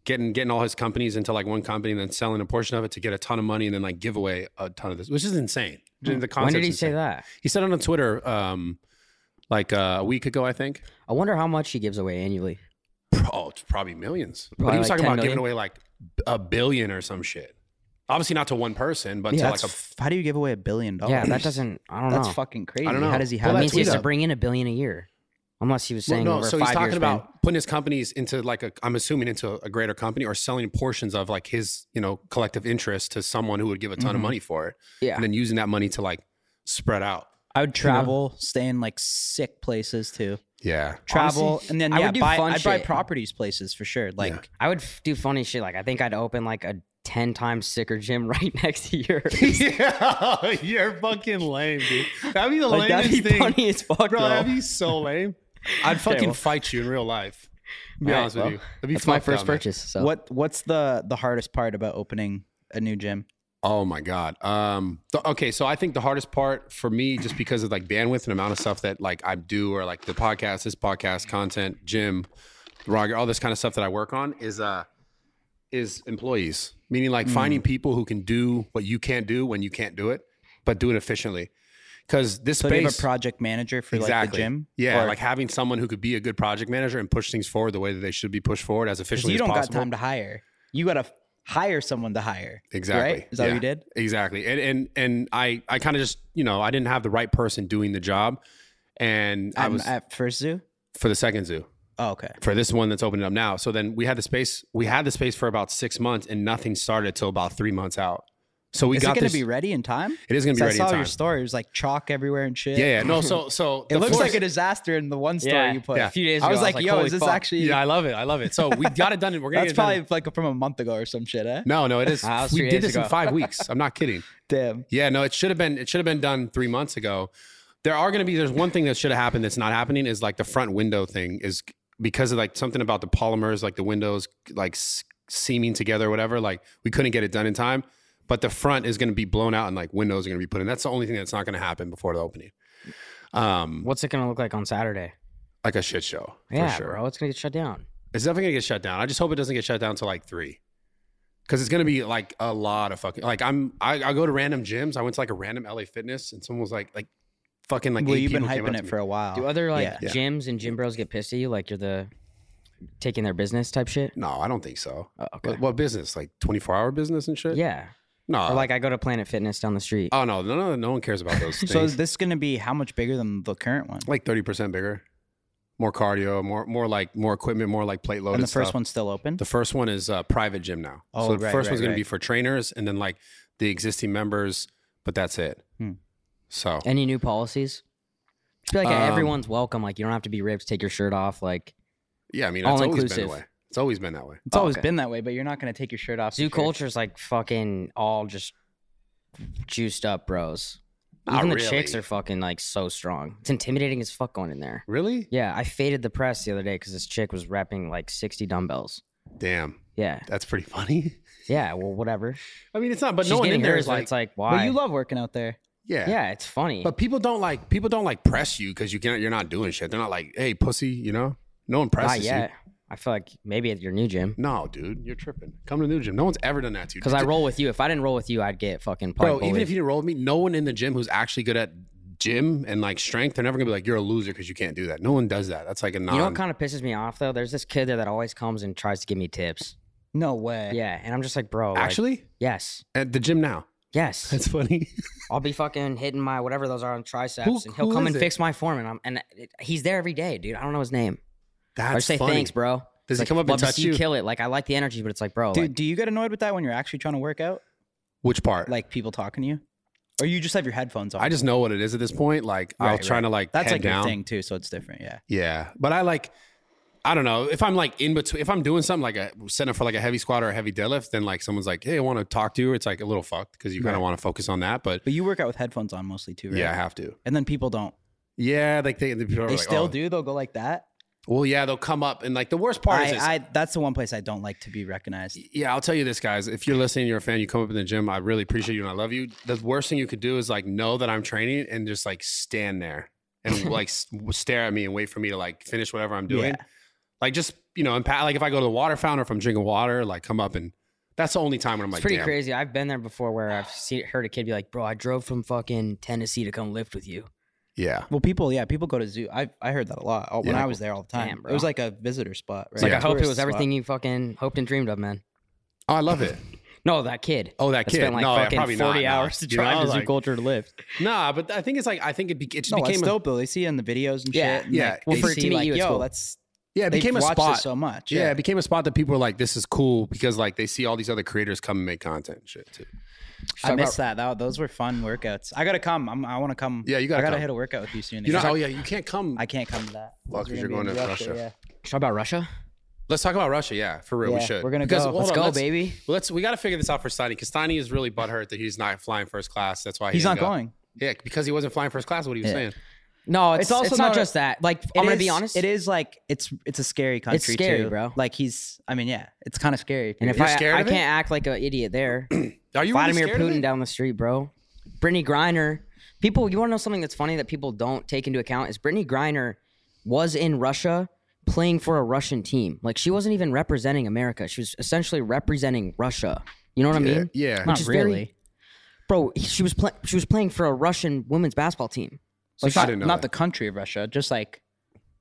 getting getting all his companies into like one company and then selling a portion of it to get a ton of money and then like give away a ton of this, which is insane. The
Hmm. When did
concept's
he
insane.
say that?
He said it on Twitter, um, like uh, a week ago, I think.
I wonder how much he gives away annually.
Oh, it's probably millions. but
Probably
he was
like
talking
10
about giving away
million.
like a billion or some shit. Obviously, not to one person, but to like
That's
a.
f- how do you give away a billion
Oh,
dollars?
Yeah, that doesn't. I don't
That's
know.
fucking crazy.
I don't know.
How does he
Well,
have?
that
that
means he has
tweet
to
up.
bring in a billion a year, unless he was
Well,
saying
no,
over
so
a
he's
five year
talking
span.
about putting his companies into like a, I'm assuming into a greater company or selling portions of like his, you know, collective interest to someone who would give a ton of money for it.
Mm-hmm. Yeah.
And then using that money to like spread out.
I would travel, stay in like sick places too.
Yeah.
Travel
Honestly,
and then
I
yeah,
would do
buy,
fun
I'd buy
shit.
properties places for sure. Like
I would f- do funny shit. Like I think I'd open like a ten times sicker gym right next to yours.
yeah. You're fucking lame, dude. That'd be the
like that'd be
lamest thing.
funny as fuck,
Bro,
bro.
that'd be so lame. I'd fucking
well.
fight you in real life. Be
All right,
honest
well,
with you. That'd be
That's my
fucked
first
up, man.
purchase. So
what what's the the hardest part about opening a new gym?
Oh my god. Um. th- okay, so I think the hardest part for me, just because of like bandwidth and amount of stuff that like I do, or like the podcast, this podcast content, gym, Roger, all this kind of stuff that I work on, is uh, is employees. Meaning like finding
Mm.
people who can do what you can't do when you can't do it, but do it efficiently. Because this
So do you have
space,
a project manager for like the gym?
yeah,
Or-
like having someone who could be a good project manager and push things forward the way that they should be pushed forward as
'cause
efficiently
you
as
don't got
possible.
time to hire. You got to hire someone to hire.
Exactly.
Right? Is that what you
Yeah.
did?
Exactly. And and and I I kind of just you know I didn't have the right person doing the job, and I
Um,
was
at first zoo.
for the second zoo.
Oh, okay.
for this one that's opening up now. So then we had the space. We had the space for about six months, and nothing started till about three months out. So we
Is it
got
going to
this.
be ready in time?
it is going to
'Cause
be
I
ready in
saw
time.
your story. It was like chalk everywhere and shit.
Yeah, yeah. No, so so
It looks like a disaster in the one story
Yeah.
you put.
Yeah.
A few days ago,
I was like, yo,
holy
is this
fuck.
actually?
Yeah, I love it. I love it. So we got it done. and We're gonna
that's
get it done.
probably like from a month ago or some shit, eh?
No, no, it is.
Ah, it was
we
three
did
days
this in
ago.
five weeks. I'm not kidding.
Damn.
Yeah, no, it should have been. It should have been done three months ago. There are going to be. There's one thing that should have happened that's not happening is like the front window thing is because of like something about the polymers, like the windows like s- seaming together, or whatever. Like we couldn't get it done in time. But the front is going to be blown out and like windows are going to be put in. That's the only thing that's not going to happen before the opening. Um,
What's it gonna look like on Saturday?
like a shit show for
yeah,
sure.
bro, it's gonna get shut down.
It's definitely gonna get shut down. I just hope it doesn't get shut down to like three, because it's gonna be like a lot of fucking. Like I'm, I, I go to random gyms. I went to like a random LA Fitness, and someone was like, like, fucking like.
well,
eight
you've been
people came up
hyping
to
it
me.
for a while.
Do other like
Yeah.
Oh, Yeah.
gyms and gym bros get pissed at you like you're the taking their business type shit?
No, I don't think so.
Oh, okay.
What, what business? Like twenty four hour business and shit.
Yeah.
No.
Or like I go to Planet Fitness down the street.
oh no, no, no, no one cares about those things.
So is this going to be how much bigger than the current one?
like thirty percent bigger, more cardio, more, more like more equipment, more like plate loaded.
and Oh, the first
stuff.
one's still open?
The first one is uh, private gym now.
Oh,
so the
right,
first
right,
one's going
right.
to be for trainers and then like the existing members, but that's it.
Hmm.
So
Any new policies? Just be like hey,
Um,
everyone's welcome. Like you don't have to be ripped. Take your shirt off. Like
yeah, I mean, it's
all
always been
inclusive.
that way. It's always been that way.
it's always
okay.
been that way, but you're not going to take your shirt off.
zoo
to church.
culture's like fucking all just juiced up bros.
Not
Even the chicks
really.
are fucking like so strong. It's intimidating as fuck going in there.
Really?
Yeah, I faded the press the other day because this chick was repping like 60 dumbbells.
Damn,
Yeah,
that's pretty funny.
yeah. Well, whatever.
I mean, it's not, but
She's
no one
getting
in there
hers,
is
but
like,
it's like why?
But you love working out there.
yeah,
yeah, it's funny.
But people don't like people don't like press you because you can't. You're not doing shit. They're not like, hey, pussy, you know. No one presses
Not yet.
you.
I feel like maybe at your new gym.
No, dude, you're tripping. Come to the new gym. No one's ever done that to you.
Because I roll with you. If I didn't roll with you, I'd get fucking
Bro,
probably
even
bullied.
if you didn't roll with me, no one in the gym who's actually good at gym and like strength, they're never gonna be like, you're a loser because you can't do that. No one does that. That's like a non.
You know what kind of pisses me off though? There's this kid there that always comes and tries to give me tips.
No way.
Yeah, and I'm just like, bro. like,
Eh. actually,
yes,
at the gym now.
yes.
That's funny.
I'll be fucking hitting my whatever those are on triceps,
Who-
and he'll
who
come
is
and
it?
fix my form, and I'm and it, he's there every day, dude. I don't know his name. I
That's
just say
funny.
thanks, bro.
Does he
Like,
come up and
love to
touch
see you
you?
kill it? Like I like the energy, but it's like, bro,
Dude,
like,
do you get annoyed with that when you're actually trying to work out?
Which part?
Like people talking to you? Or you just have your headphones on?
I just know what it is at this point. Like I'll
Right,
try to like
That's
head
like
down.
your thing too, so it's different. Yeah.
Yeah, but I like. I don't know if I'm like in between. If I'm doing something like a setting up for like a heavy squat or a heavy deadlift, then like someone's like, "Hey, I want to talk to you." It's like a little fucked because you kind of
Right.
want to focus on that. But
But you work out with headphones on mostly too, right?
yeah, I have to.
And then people don't.
Yeah, like they they,
They
oh.
still do. They'll go like that.
Well, yeah, they'll come up and like the worst part is
I,
this.
I that's the one place I don't like to be recognized.
yeah, I'll tell you this, guys. If you're listening, you're a fan, you come up in the gym, I really appreciate you and I love you. The worst thing you could do is like know that I'm training and just like stand there and like s- stare at me and wait for me to like finish whatever I'm doing.
Yeah.
Like just, you know, and pa- like if I go to the water fountain or if I'm drinking water, like come up and that's the only time when I'm
it's
like,
pretty
damn.
crazy. I've been there before where I've seen, heard a kid be like, bro, I drove from fucking Tennessee to come lift with you.
Yeah.
Well, people, yeah, people go to zoo. I I heard that a lot oh, when
Yeah.
I was there all the time.
Damn, bro.
it was like a visitor spot, right?
It's like
Yeah.
I hoped it
Tourist
was
spot.
everything you fucking hoped and dreamed of, man.
Oh, I love it.
No, that kid.
Oh, that
That
kid.
spent like
no, yeah,
fucking
probably not,
40
no.
hours to
You know,
drive to
like-
Zoo Culture to lift.
Nah, but I think it's like, I think it, be- it just
No,
became
it's
a,
dope though. They see it in the videos and
Yeah.
shit. and,
Yeah.
like,
Well,
they
for
it to
see,
meet
like,
you, it's
yo,
cool.
let's.
yeah, it
they've
became a
watched this
spot.
so much.
yeah, it became a spot that people were like, this is cool because like they see all these other creators come and make content and shit too.
I miss that. that. Those were fun workouts. I gotta come. I'm, I want to come.
Yeah, you gotta
I gotta
come.
hit a workout with you soon.
You know,
Because
oh yeah, you can't come.
I, I can't come to that.
Well, 'cause
Those are
you're
gonna be
going
in
to Russia.
Talk about Russia?
Let's talk about Russia. Yeah, for real, we
Yeah,
should.
we're gonna go.
hold
Let's
on,
go, baby.
Let's we got to figure this out for Steiny because Steiny is really butthurt that he's not flying first class. That's why he
He's not
didn't go.
going.
Yeah, because he wasn't flying first class. What he was saying.
No, it's,
It's also
it's not,
not-
just that. Like,
It
I'm going to be
is-
honest.
It is like it's it's a scary country.
scary,
too.
bro.
Like he's. I mean, yeah, it's kind of scary.
And if
You're
I,
scared
I
of it?
can't act like an idiot there.
Are you
Vladimir
really scared of
Putin
it?
down the street, bro. Brittany Griner. People, you want to know something that's funny that people don't take into account is Brittany Griner was in Russia playing for a Russian team. Like she wasn't even representing America. She was essentially representing Russia. You know what I mean?
Yeah.
not
is very-
really.
Bro, he- she was pla she was playing for a Russian women's basketball team.
Like
I
not,
didn't know
not the
that.
country of Russia, just like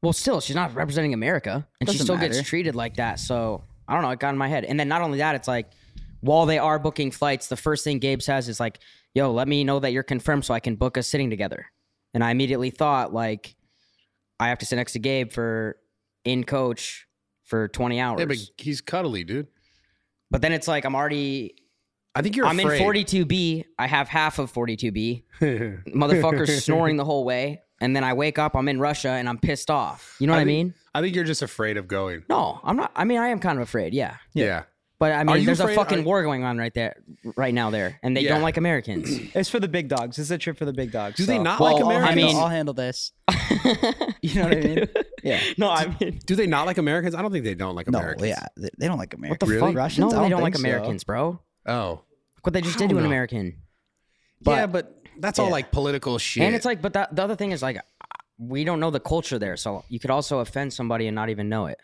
Well, still, she's not representing America, and she
Doesn't
still
matter.
gets treated like that. So I don't know. It got in my head. And then not only that, it's like while they are booking flights, the first thing Gabe says is like, "Yo, let me know that you're confirmed so I can book us sitting together." And I immediately thought like, I have to sit next to Gabe for in coach for 20 hours.
Yeah,
but,
but he's cuddly, dude.
then it's like I'm already
I think you're
I'm
afraid.
in 42B. I have half of 42B. Motherfucker's snoring the whole way. And then I wake up, I'm in Russia and I'm pissed off. You know what I,
think-
mean?
I think you're just afraid of going.
No, I'm not. I mean, I am kind of afraid. Yeah.
Yeah.
But I mean,
you
there's
afraid-
a fucking
are-
war going on right there, right now there, and they
Yeah.
don't like Americans.
It's for the big dogs. This is a trip for the big dogs.
Do they
so-
not
Well,
like
I'll
Americans?
handle-
I mean-
I'll handle this. You know what I mean? Yeah.
no, I mean,
Do they not like Americans? I don't think they don't like
No,
Americans.
yeah, they, they don't like Americans.
the Really? fuck?
no,
Russians? I
they don't
think
like
so.
Americans, bro. Look
Oh.
what they just
I
did
don't
to an
know.
American.
yeah, but that's all
yeah.
like political shit.
And it's like, but that, the other thing is like, we don't know the culture there, so you could also offend somebody and not even know it.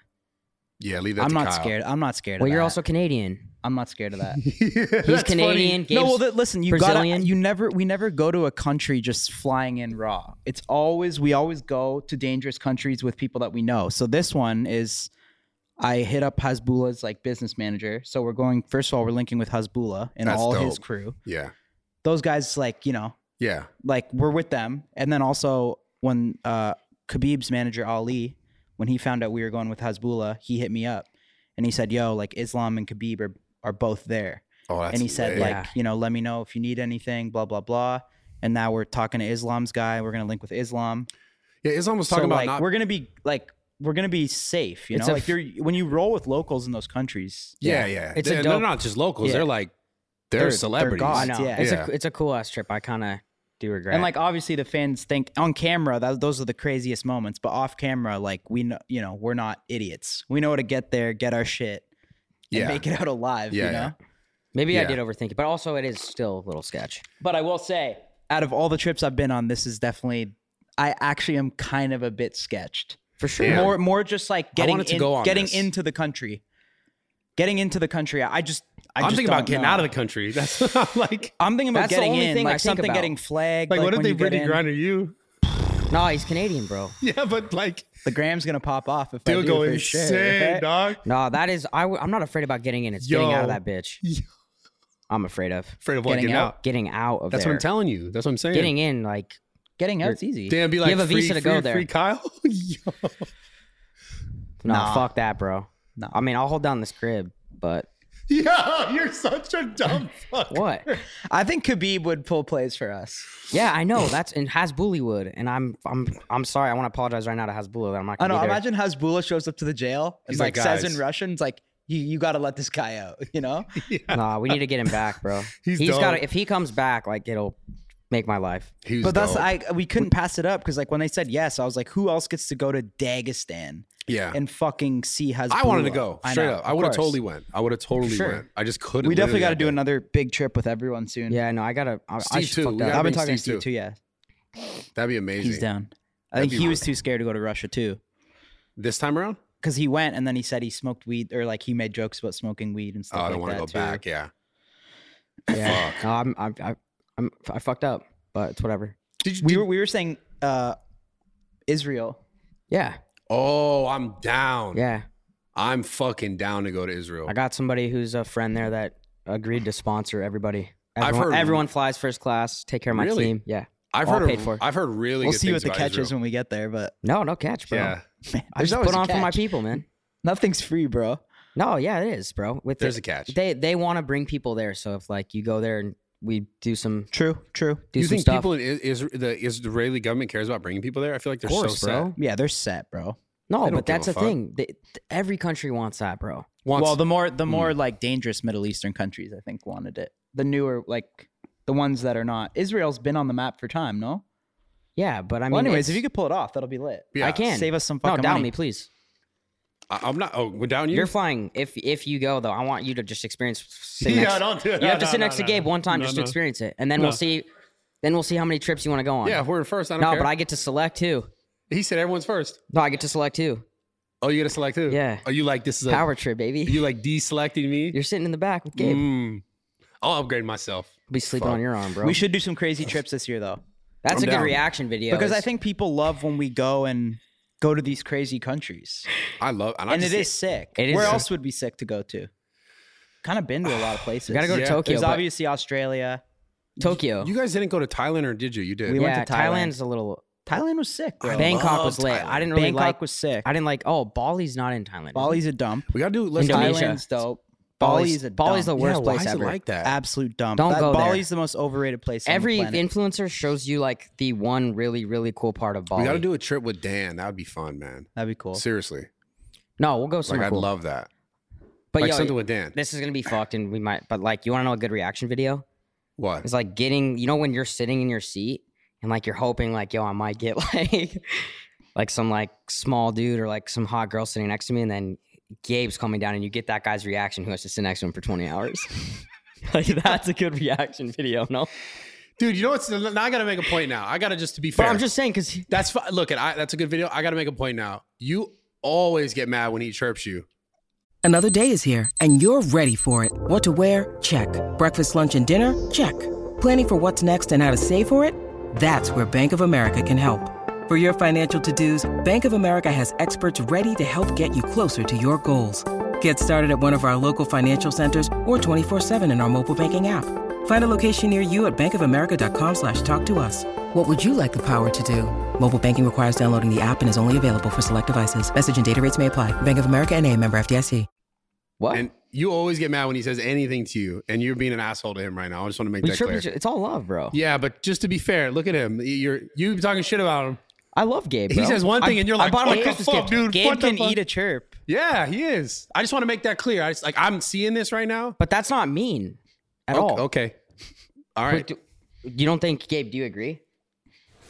yeah, leave that
I'm
to
not
Kyle.
scared. I'm not scared.
Well,
of
you're
that.
also Canadian.
I'm not scared of that.
He's
Canadian,
no, well,
Gabe's
th- listen. You got
Brazilian.
you never we never go to a country just flying in raw. It's always we always go to dangerous countries with people that we know. So this one is, I hit up Hasbullah's like business manager. So we're going. First of all, we're linking with Hasbullah and
That's
all his
dope.
crew.
Yeah.
Those guys, like you know,
Yeah.
like we're with them. And then also when uh Khabib's manager Ali, when he found out we were going with Hasbullah, he hit me up and he said, "Yo, like Islam and Khabib are are both there."
Oh, that's
and he said,
lit.
like,
Yeah.
you know, let me know if you need anything, blah blah blah. And now we're talking to Islam's guy. We're gonna link with Islam.
yeah, it's almost talking
so
about
like,
not
we're gonna be like, we're gonna be safe. You
It's
know,
a
like
f-
you're when you roll with locals in those countries.
Yeah, yeah.
It's a
They- they're,
dope-
not just locals.
Yeah.
They're like they're,
They're- they're
celebrities.
I
gods.
know.
Yeah.
It's
Yeah.
a it's a cool ass trip. I kind of do regret.
And like obviously the fans think on camera that those are the craziest moments, but off camera, like we know, you know, we're not idiots. We know how to get there, get our shit, and
Yeah.
make it out alive.
Yeah,
you know.
maybe I
yeah.
did overthink it, but also it is still a little sketch.
But I will say, out of all the trips I've been on, this is definitely. I actually am kind of a bit sketched.
For sure.
Yeah.
More, more just like getting
wanted to
in-
go on
getting
this.
into the country, getting into the country. I just, I
I'm
just
thinking about
don't
getting
know.
out of the country. That's what I'm like
I'm thinking about
That's the
getting
only
in,
thing I
like
think
something
about.
getting flagged.
like, what if
when
they
you get
Brittany
in,
Grinder you?
No, he's Canadian, bro.
Yeah, but like
The gram's gonna pop off if
they'll
I do,
go
for
insane,
sure, right?
dog.
No, that is I. W- I'm not afraid about getting in. It's getting out of
Yo.
that bitch.
Yo.
I'm afraid of
Afraid of what
Getting
getting,
out.
out.
getting out of.
That's
there.
what I'm telling you. That's what I'm saying.
Getting in, like
Getting
You're-
out's easy.
Damn, be like
have a
free,
visa to
free,
go there.
Free Kyle. Yo.
no,
Nah.
fuck that, bro.
Nah.
I mean, I'll hold down this crib, but
Yo, you're such a dumb fuck.
what?
I think Khabib would pull plays for us.
yeah, I know. That's in Hasbullywood, and I'm I'm I'm sorry. I want to apologize right now to Hasbully that I'm not.
I
Gonna
know.
be there.
Imagine Hasbullah shows up to the jail and
He's
like,
like,
says
"Guys."
in Russian, it's like, you, you got to let this guy out, you know?
Nah, we need to get him back, bro.
He's
he's got.
dope.
If he comes back, like it'll make my life.
He was
but that's,
dope.
I we couldn't pass it up because like when they said yes, I was like, who else gets to go to Dagestan
yeah.
and fucking see Hasbullah?
I wanted to go
I
straight
know,
up. I
of
would have
course.
totally went. I would have totally
sure.
went. I just couldn't.
We definitely got to
literally
do
that
another big trip with everyone soon.
Yeah, no, I gotta. I, I
Steve
should
too.
fuck
We
that
gotta
up.
I've been
Bring
talking to
Steve
Steve
too.
too. Yeah,
day. That'd be amazing.
he's down. I
That'd
think
be
he was too scared to go to Russia too
This time around,
because he went and then he said he smoked weed or like he made jokes about smoking weed and
oh,
stuff
I don't
like
want to
that
go
too.
back. Yeah.
Yeah, no, I'm, I'm, I'm, I'm, I fucked up, but it's whatever.
Did you?
We
did-
were we were saying uh, Israel.
Yeah,
oh, I'm down.
yeah.
I'm fucking down to go to Israel.
I got somebody who's a friend there that agreed to sponsor everybody.
I've
Everyone,
heard-
everyone flies first class. Take care of my
Really?
team. Yeah.
I've
all
heard.
paid
of,
for.
I've heard really.
We'll
good
see what
things
the
about
catch is
Israel.
when we get there, but
No, no catch, bro.
Yeah.
man,
I just put on for my people, man.
Nothing's free, bro.
No, yeah, it is, bro. With
There's
the-
a catch.
They they want to bring people there, so if like you go there and we do some
True, true.
do
you
some
think
stuff.
people in is, Isra- the Israeli government cares about bringing people there? I feel like they're
of course,
so
bro.
sad.
Yeah, they're set, bro.
No,
They don't
but
give a
that's the
fuck.
thing. They, every country wants that, bro.
Once, Hmm.
well, the more the more like dangerous Middle Eastern countries, I think, wanted it. The newer, like the ones that are not. Israel's been on the map for time, no?
Yeah, but I mean,
well, anyways,
it's-
if you could pull it off, that'll be lit.
Yeah.
I can
Save us some
No,
fucking
doubt
money.
me, please.
I, I'm not. Oh, we're down you.
You're flying. If if you go though, I want you to just experience. Sitting
Yeah,
next,
don't do it.
You have to
No,
sit
no,
next
no,
to Gabe
no.
one time
No,
just
no.
to experience it, and then we'll see. Then we'll see how many trips you want to go on.
yeah, if we're in first. I don't
no,
care.
but I get to select two.
he said everyone's first.
No, I get to select two.
Oh, you got to select who?
Yeah.
Are you like this is a
Power trip, baby.
You like deselecting me?
You're sitting in the back with Gabe.
Mm. I'll upgrade myself.
Be sleeping on your arm, bro.
We should do some crazy trips this year, though,
That's
I'm
a good
down.
reaction video.
because I
is-
think people love when we go and go to these crazy countries,
I love, and, I
and
just,
it is sick.
It is
Where
sick.
else would be sick to go to? Kind of been to a lot of places.
we gotta go to
Yeah.
Tokyo.
There's
but
obviously Australia.
Tokyo.
You guys didn't go to Thailand, or did you? You did.
We
yeah,
went to Thailand.
Thailand's a little.
Thailand was sick. Bro.
Bangkok was lit. I didn't really
Bangkok
like.
was sick.
I didn't like. Oh, Bali's not in Thailand.
Bali's a dump.
We gotta do. Let's do
Indonesia.
Thailand's dope.
Bali's
Bali's a
Bali's the
dump.
Yeah,
worst
why
place
is it
ever.
like that?
absolute dump.
Don't
That-
go there.
Bali's the most overrated place.
Every
on the planet.
influencer shows you like the one really really cool part of Bali.
we gotta do a trip with Dan. That would be fun, man.
that'd be cool.
Seriously,
No, we'll go somewhere
like I'd
cool.
love that.
but
like
yo,
something with Dan.
this is gonna be fucked, and we might. But like, you want to know a good reaction video?
What?
It's like getting. You know when you're sitting in your seat and like you're hoping like, yo, I might get like, like some like small dude or like some hot girl sitting next to me, and then Gabe's coming down, and you get that guy's reaction who has to sit next to him for 20 hours. like that's a good reaction video, no?
Dude, you know what's? Now I gotta make a point. Now I gotta just to be fair.
But I'm just saying because
That's fi- look at I, that's a good video. I got to make a point now. You always get mad when he chirps you.
Another day is here, and you're ready for it. What to wear? Check. Breakfast, lunch, and dinner? Check. Planning for what's next and how to save for it? That's where Bank of America can help. For your financial to-dos, Bank of America has experts ready to help get you closer to your goals. Get started at one of our local financial centers or 24-7 in our mobile banking app. Find a location near you at bankofamerica.com slash talk to us. What would you like the power to do? Mobile banking requires downloading the app and is only available for select devices. Message and data rates may apply. Bank of America and a member FDIC.
what
And you always get mad when he says anything to you, and you're being an asshole to him right now. I just want to make
we
that
chirp
clear.
each- It's all love, bro.
Yeah, but just to be fair, look at him. You're you be talking shit about him.
I love Gabe.
He
bro.
says one thing,
I-
and you're
I
like,
bought him a
"What the
Christmas
fuck,
gift.
dude?
Gabe
What the
can
fuck?"
eat a chirp.
Yeah, he is. I just want to make that clear. I just like I'm seeing this right now.
But that's not mean at
okay,
all.
okay. All right.
Do- you don't think Gabe? Do you agree?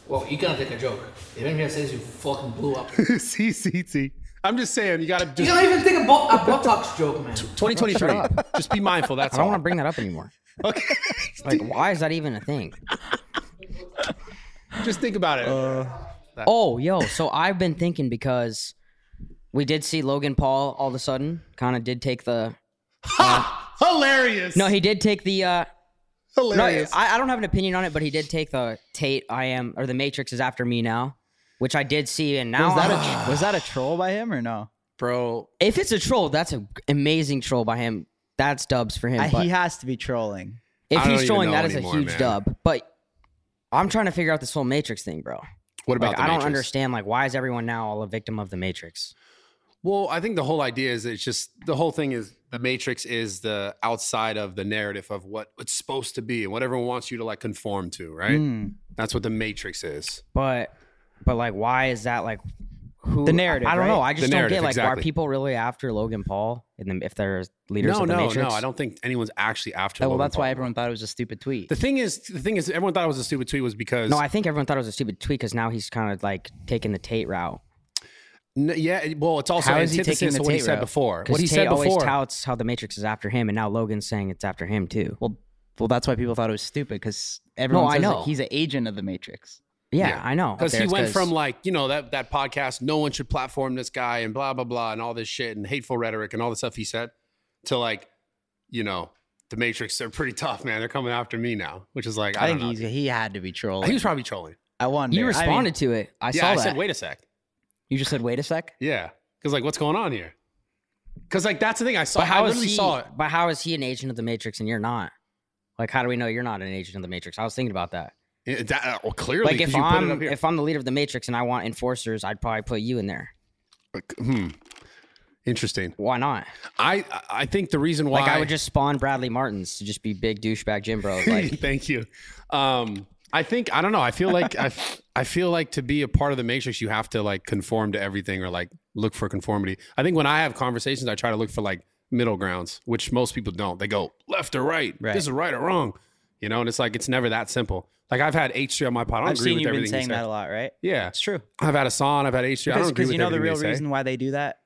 Well, you cannot take a joke. If anybody says you fucking blew up.
CCT. I'm just saying you got to
You
just
don't even think a, bo- a Botox joke, man.
2023. just be mindful. That's
I don't
all.
want to bring that up anymore.
okay.
Like, why is that even a thing?
just think about it.
Uh, Oh, yo. So I've been thinking because we did see Logan Paul all of a sudden kind of did take the.
Hilarious.
No, he did take the. uh No, I,
Hilarious.
I don't have an opinion on it, but he did take the Tate. I am or the Matrix is after me now, which I did see, and now
Was that,
I'm-
a, was that a troll by him or no?
Bro,
if it's a troll, that's an amazing troll by him. That's dubs for him.
I-
but-
he has to be trolling.
I
If
don't
he's
even
trolling,
know
that is
anymore,
a huge
man.
dub. But I'm trying to figure out this whole Matrix thing, bro.
What about
Like,
the
I don't
Matrix?
understand. Like, why is everyone now all a victim of the Matrix?
Well, I think the whole idea is it's just the whole thing is the Matrix is the outside of the narrative of what it's supposed to be and what everyone wants you to like conform to, right?
Mm.
That's what the Matrix is.
But, but like, why is that like? Who
The narrative,
I, I don't know.
right?
I just
The
don't
narrative,
get like, why are
exactly.
people really after Logan Paul? And if they're leaders
no,
of the
no,
Matrix,
no. I don't think anyone's actually after.
Oh, Well,
Logan
that's why
Paul.
everyone thought it was a stupid tweet.
The thing is, the thing is, everyone thought it was a stupid tweet was because
No, I think everyone thought it was a stupid tweet because now he's kind of like taking the Tate route.
N- yeah. it- Well, it's also
How is he
antithesis
taking the
to what he
Tate
said
route?
before.
Because
What he
Tate
said
always
before.
touts how the Matrix is after him, and now Logan's saying it's after him too.
Well, well, that's why people thought it was stupid because everyone
I
says
know.
Like, he's an agent of the Matrix.
Yeah, I know.
because he
There's-
went from like you know that that podcast, no one should platform this guy and blah blah blah and all this shit and hateful rhetoric and all the stuff he said, to like, you know, the Matrix. They're pretty tough, man. They're coming after me now, which is like I,
I, think
don't know.
he's, he had to be trolling.
he was probably trolling.
I wonder.
you
I mean,
responded to it. I
yeah,
saw
I
that.
said wait a sec.
you just said, "Wait a sec."
Yeah, because like what's going on here? Because like that's the thing I saw.
But how
I
is
literally
he,
saw it.
But how is he an agent of the Matrix and you're not? Like, how do we know you're not an agent of the Matrix? I was thinking about that.
It- that- uh, well, clearly,
like,
'cause
if
you put it up
I'm
here.
if I'm the leader of the Matrix and I want enforcers, I'd probably put you in there.
Like, hmm. interesting.
Why not?
I I think the reason why
Like, I would just spawn Bradley Martins to just be big douchebag Jim Bro. Like,
Thank you. Um, I think I don't know. I feel like I, f- I feel like to be a part of the matrix, you have to like conform to everything or like look for conformity. I think when I have conversations, I try to look for like middle grounds, which most people don't. They go left or right.
Right.
This is right or wrong. You know, and it's like it's never that simple. Like I've had H three on my pod. I don't
I've
agree
seen
with
you've been
everything he
saying that
said.
a lot, right?
Yeah,
It's true.
I've had Hassan. I've had H three. I
Because
don't agree
because
with
you know the
everything
real
they say.
reason why they do that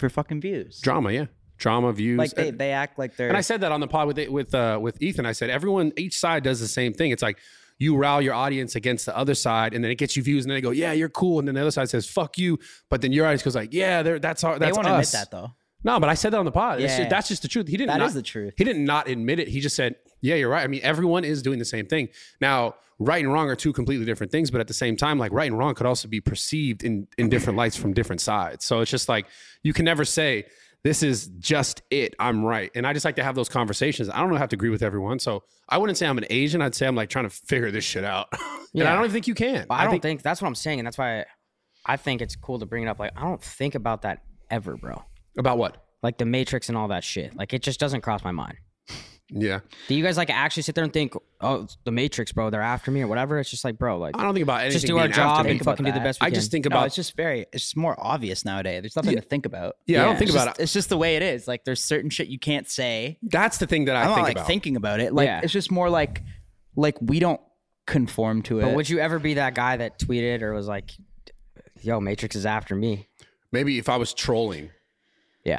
for fucking views.
Drama, yeah, drama views.
Like they,
and-
they act like they're.
And I said that on the pod with with uh, with Ethan. I said everyone, each side does the same thing. It's like you rile your audience against the other side, and then it gets you views, and then they go, "Yeah, you're cool," and then the other side says, "Fuck you," but then your audience goes like, "Yeah, they're, that's our
they
that's
won't
us."
admit that though.
No, but I said that on the pod. It's
Yeah.
just- that's just the truth. He didn't.
That
not-
is the truth.
He didn't not admit it. He just said, "Yeah, you're right." I mean, everyone is doing the same thing now. Right and wrong are two completely different things, but at the same time, like right and wrong could also be perceived in in different lights from different sides. So it's just like you can never say this is just it. I'm right, and I just like to have those conversations. I don't have to agree with everyone, so I wouldn't say I'm an Asian. I'd say I'm like trying to figure this shit out. And I
Yeah.
don't even think you can.
I, don't think, that's what I'm saying, and that's why I, I think it's cool to bring it up. Like I don't think about that ever, bro.
about what?
Like the Matrix and all that shit. Like it just doesn't cross my mind.
Yeah.
Do you guys like actually sit there and think, oh, it's the Matrix, bro? They're after me or whatever. It's just like, bro, like
I don't think about anything.
just do our
being
job
after me.
and fucking do the
that.
best. We
I just
can.
think
No,
about
it's just very. It's just more obvious nowadays. There's nothing to think about.
yeah, I don't
yeah,
think
It's
about
just-
it.
It's just the way it is. Like there's certain shit you can't say.
That's the thing that I
I'm
think
not like
about.
thinking about it. Like
Yeah.
it's just more like like we don't conform to it.
But would you ever be that guy that tweeted or was like, "Yo, Matrix is after me"?
Maybe if I was trolling,
Yeah,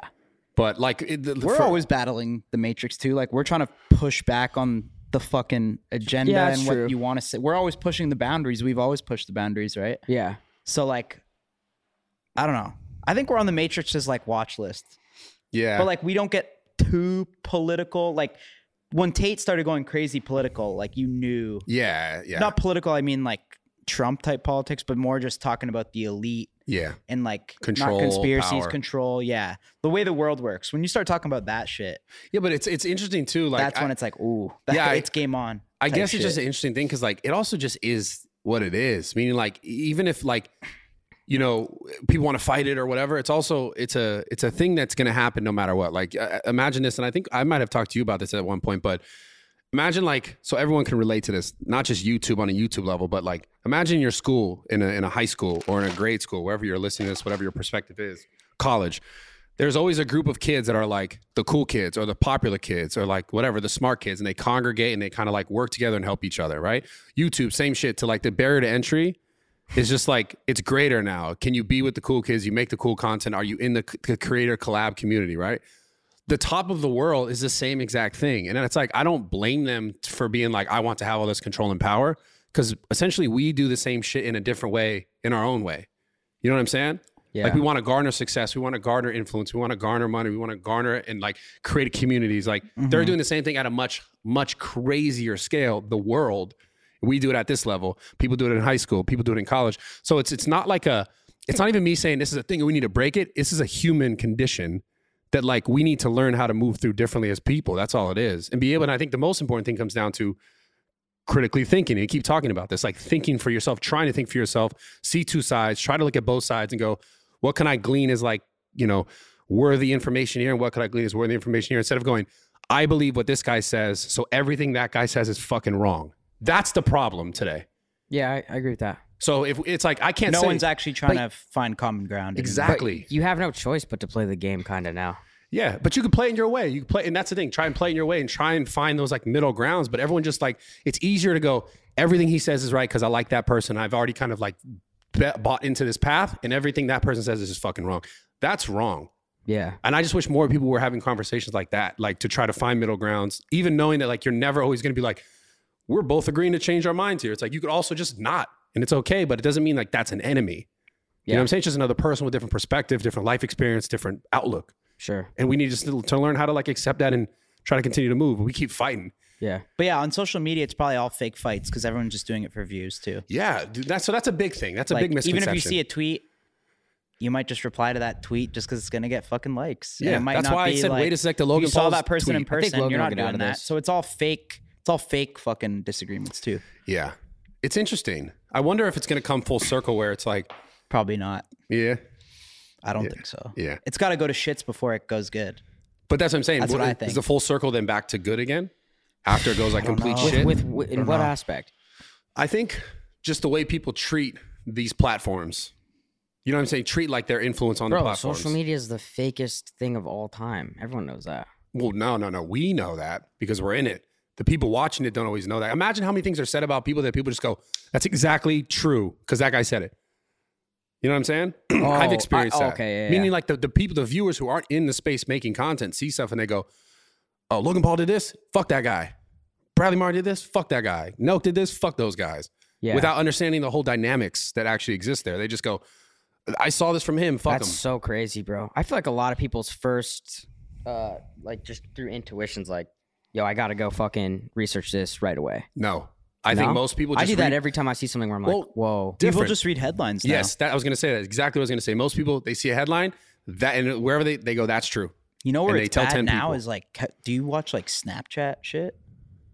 but like it, the, the-
we're
for-
always battling the Matrix too. Like we're trying to push back on the fucking agenda
Yeah, that's
and
true.
what you want to say. We're always pushing the boundaries. We've always pushed the boundaries, right?
yeah.
So like, I don't know. I think we're on the Matrix's like watch list,
yeah.
but like we don't get too political. Like when Tate started going crazy political, like you knew
yeah, yeah,
not political. I mean like Trump type politics, but more just talking about the elite
yeah,
and like
Control,
not conspiracies,
power.
control. Yeah, the way the world works. When you start talking about that shit,
yeah. But it's it's interesting too. Like
that's
I,
when it's like, ooh, that,
Yeah, I-
it's game on.
I
type
guess it's just an
shit.
interesting thing because like it also just is what it is. Meaning like e, even if like you know people want to fight it or whatever, it's also it's a it's a thing that's going to happen no matter what. Like uh, imagine this, and I think I might have talked to you about this at one point, but imagine like so everyone can relate to this, not just YouTube on a YouTube level, but like imagine your school in a in a high school or in a grade school, wherever you're listening to this, whatever your perspective is, college there's always a group of kids that are like the cool kids or the popular kids or like whatever the smart kids and they congregate and they kind of like work together and help each other right youtube same shit to like the barrier to entry is just like it's greater now can you be with the cool kids you make the cool content are you in the, c- the creator collab community right the top of the world is the same exact thing and then it's like i don't blame them t- for being like i want to have all this control and power because essentially we do the same shit in a different way in our own way you know what i'm saying
Yeah.
like we want to garner success, we want to garner influence, we want to garner money, we want to garner and like create communities. Like they're doing the same thing at a much much crazier scale. The world, we do it at this level. People do it in high school. People do it in college. So it's it's not like a. It's not even me saying this is a thing and we need to break it. This is a human condition that like we need to learn how to move through differently as people. That's all it is, and be able. And I think the most important thing comes down to critically thinking. And you keep talking about this, like thinking for yourself, trying to think for yourself, see two sides, try to look at both sides and go, what can I glean as like, you know, worthy information here and what can I glean as worthy information here instead of going, I believe what this guy says, so everything that guy says is fucking wrong. That's the problem today.
Yeah, I, I agree with that.
So if it's like I can't
no
say
one's actually trying to find common ground. in-
exactly.
You have no choice but to play the game, kind of now.
Yeah, but you can play in your way. You can play, and that's the thing. Try and play in your way, and try and find those like middle grounds. But everyone just like it's easier to go. Everything he says is right because I like that person. I've already kind of like be- bought into this path, and everything that person says is just fucking wrong. That's wrong.
Yeah,
And I just wish more people were having conversations like that, like to try to find middle grounds, even knowing that like you're never always going to be like, we're both agreeing to change our minds here. It's like you could also just not, and it's okay, but it doesn't mean like that's an enemy. You know
Yeah.
what I'm saying? It's just another person with different perspective, different life experience, different outlook
sure.
and we need just to, to learn how to like accept that and try to continue to move. We keep fighting.
Yeah,
But yeah, on social media, it's probably all fake fights because everyone's just doing it for views too.
Yeah, dude, that's so that's a big thing. That's a
like,
big misconception.
even if you see a tweet, you might just reply to that tweet just because it's gonna get fucking likes. And
Yeah,
it might
that's
not
why I
be
said,
like,
wait a sec, the
if
Logan
You saw
Paul's
that person in
tweet. I
think
person.
Logan
You're
will
not
get out
doing
of
that.
this.
So it's all fake. It's all fake fucking disagreements too.
yeah, it's interesting. I wonder if it's going to come full circle where it's like,
Probably not.
yeah,
I don't think so.
yeah.
It's got to go to shits before it goes good.
But that's what I'm saying.
That's what I
Is
think.
the full circle then back to good again after it goes like complete
know.
shit?
with, with in what aspect?
I think just the way people treat these platforms. You know what I'm saying? Treat like their influence on the
Bro,
platforms.
social media is the fakest thing of all time. Everyone knows that.
Well, no, no, no. We know that because we're in it. The people watching it don't always know that. Imagine how many things are said about people that people just go, "That's exactly true," because that guy said it. You know what I'm saying? I've
Oh, I-
experienced that.
okay, yeah,
Meaning,
yeah.
like the, the people, the viewers who aren't in the space making content see stuff and they go, "Oh, Logan Paul did this. Fuck that guy. Bradley Martin did this. Fuck that guy. Nelk did this. Fuck those guys."
Yeah,
Without understanding the whole dynamics that actually exist there, they just go, "I saw this from him. Fuck
that's
him."
so crazy, bro. I feel like a lot of people's first, uh, like just through intuitions, like, yo, I gotta go fucking research this right away.
no, I think
No?
most people.
I
Just
do that
read-
every time I see something where I'm
Well,
like, whoa.
Different.
People just read headlines. Now.
Yes, that I was going to say that exactly what I was going to say. Most people they see a headline that and wherever they they go, that's true.
You know where
And they
it's
tell
bad
10
now
people.
is like, do you watch like Snapchat shit?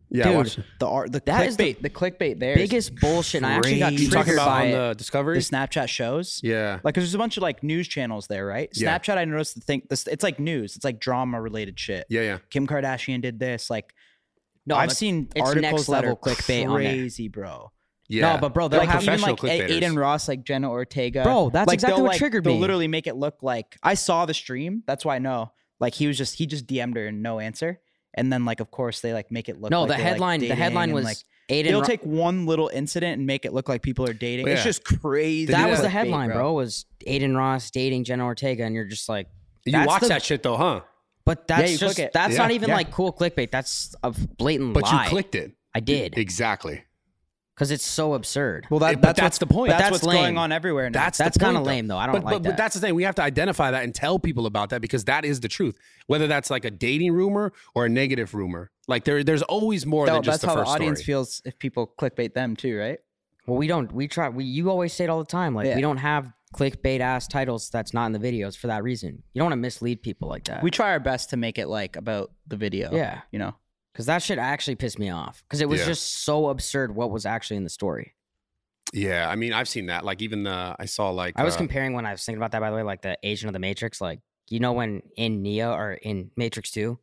Yeah, I
Dude,
watched it.
The art, the
That
clickbait,
is
the, clickbait there. is
biggest bullshit. and I actually got
crazy.
You talking
triggered
about
by
on
it.
the Discovery?
the Snapchat shows.
yeah.
Like, 'cause there's a bunch of like news channels there, right?
Yeah.
Snapchat, I noticed the thing. This, it's like news. It's like drama related shit.
yeah, yeah.
Kim Kardashian did this. Like,
No,
I've
but
seen
it's next
articles that are
level clickbait on there.
crazy, bro.
Yeah.
No, but bro,
They're
they'll
like
have
even
professional
like A-
clickbaiters.
Aiden Ross, like Jenna Ortega,
Bro, that's
like,
exactly
they'll,
what
like,
triggered
they'll
me.
literally make it look like I saw the stream. That's why I know. Like he was just he just DM'd her and no answer, and then like of course they like make it look.
No,
like
the
they're, like,
headline. the
dating
headline
and,
was
like
Aiden.
they'll
Ro-
take one little incident and make it look like people are dating.
Yeah.
It's just crazy.
do
that was
that.
the
clickbait,
headline, bro. Was Aiden Ross dating Jenna Ortega, and you're just like,
you
that's
watch
the-
that shit though, huh?
but that's
you click
just
it.
that's
Yeah,
not even
yeah.
like cool clickbait. That's a blatant
But
lie.
you clicked it.
I did
Exactly.
because it's so absurd.
It-
Well, that,
but
that's,
that's
what-
the point.
That's,
That's
what's
lame.
going on everywhere now.
That's the
That's kinda
point,
lame, though. I don't
but,
like
but, But
that.
that's the thing. We have to identify that and tell people about that because that is the truth. Whether that's like a dating rumor or a negative rumor, like there, there's always more
No,
than just
that's
the
how the
first
audience
story.
feels if people clickbait them too, right?
Well, we don't. We try. We you always say it all the time. Like
Yeah.
we don't have clickbait ass titles. That's not in the videos for that reason. You don't want to mislead people like that.
We try our best to make it like about the video.
Yeah.
you know.
because that shit actually pissed me off because it was
Yeah.
just so absurd what was actually in the story.
yeah, I mean, I've seen that. Like even the I saw like
I was
uh,
comparing when I was thinking about that. By the way, like the agent of the Matrix, like you know when in Neo or in Matrix Two,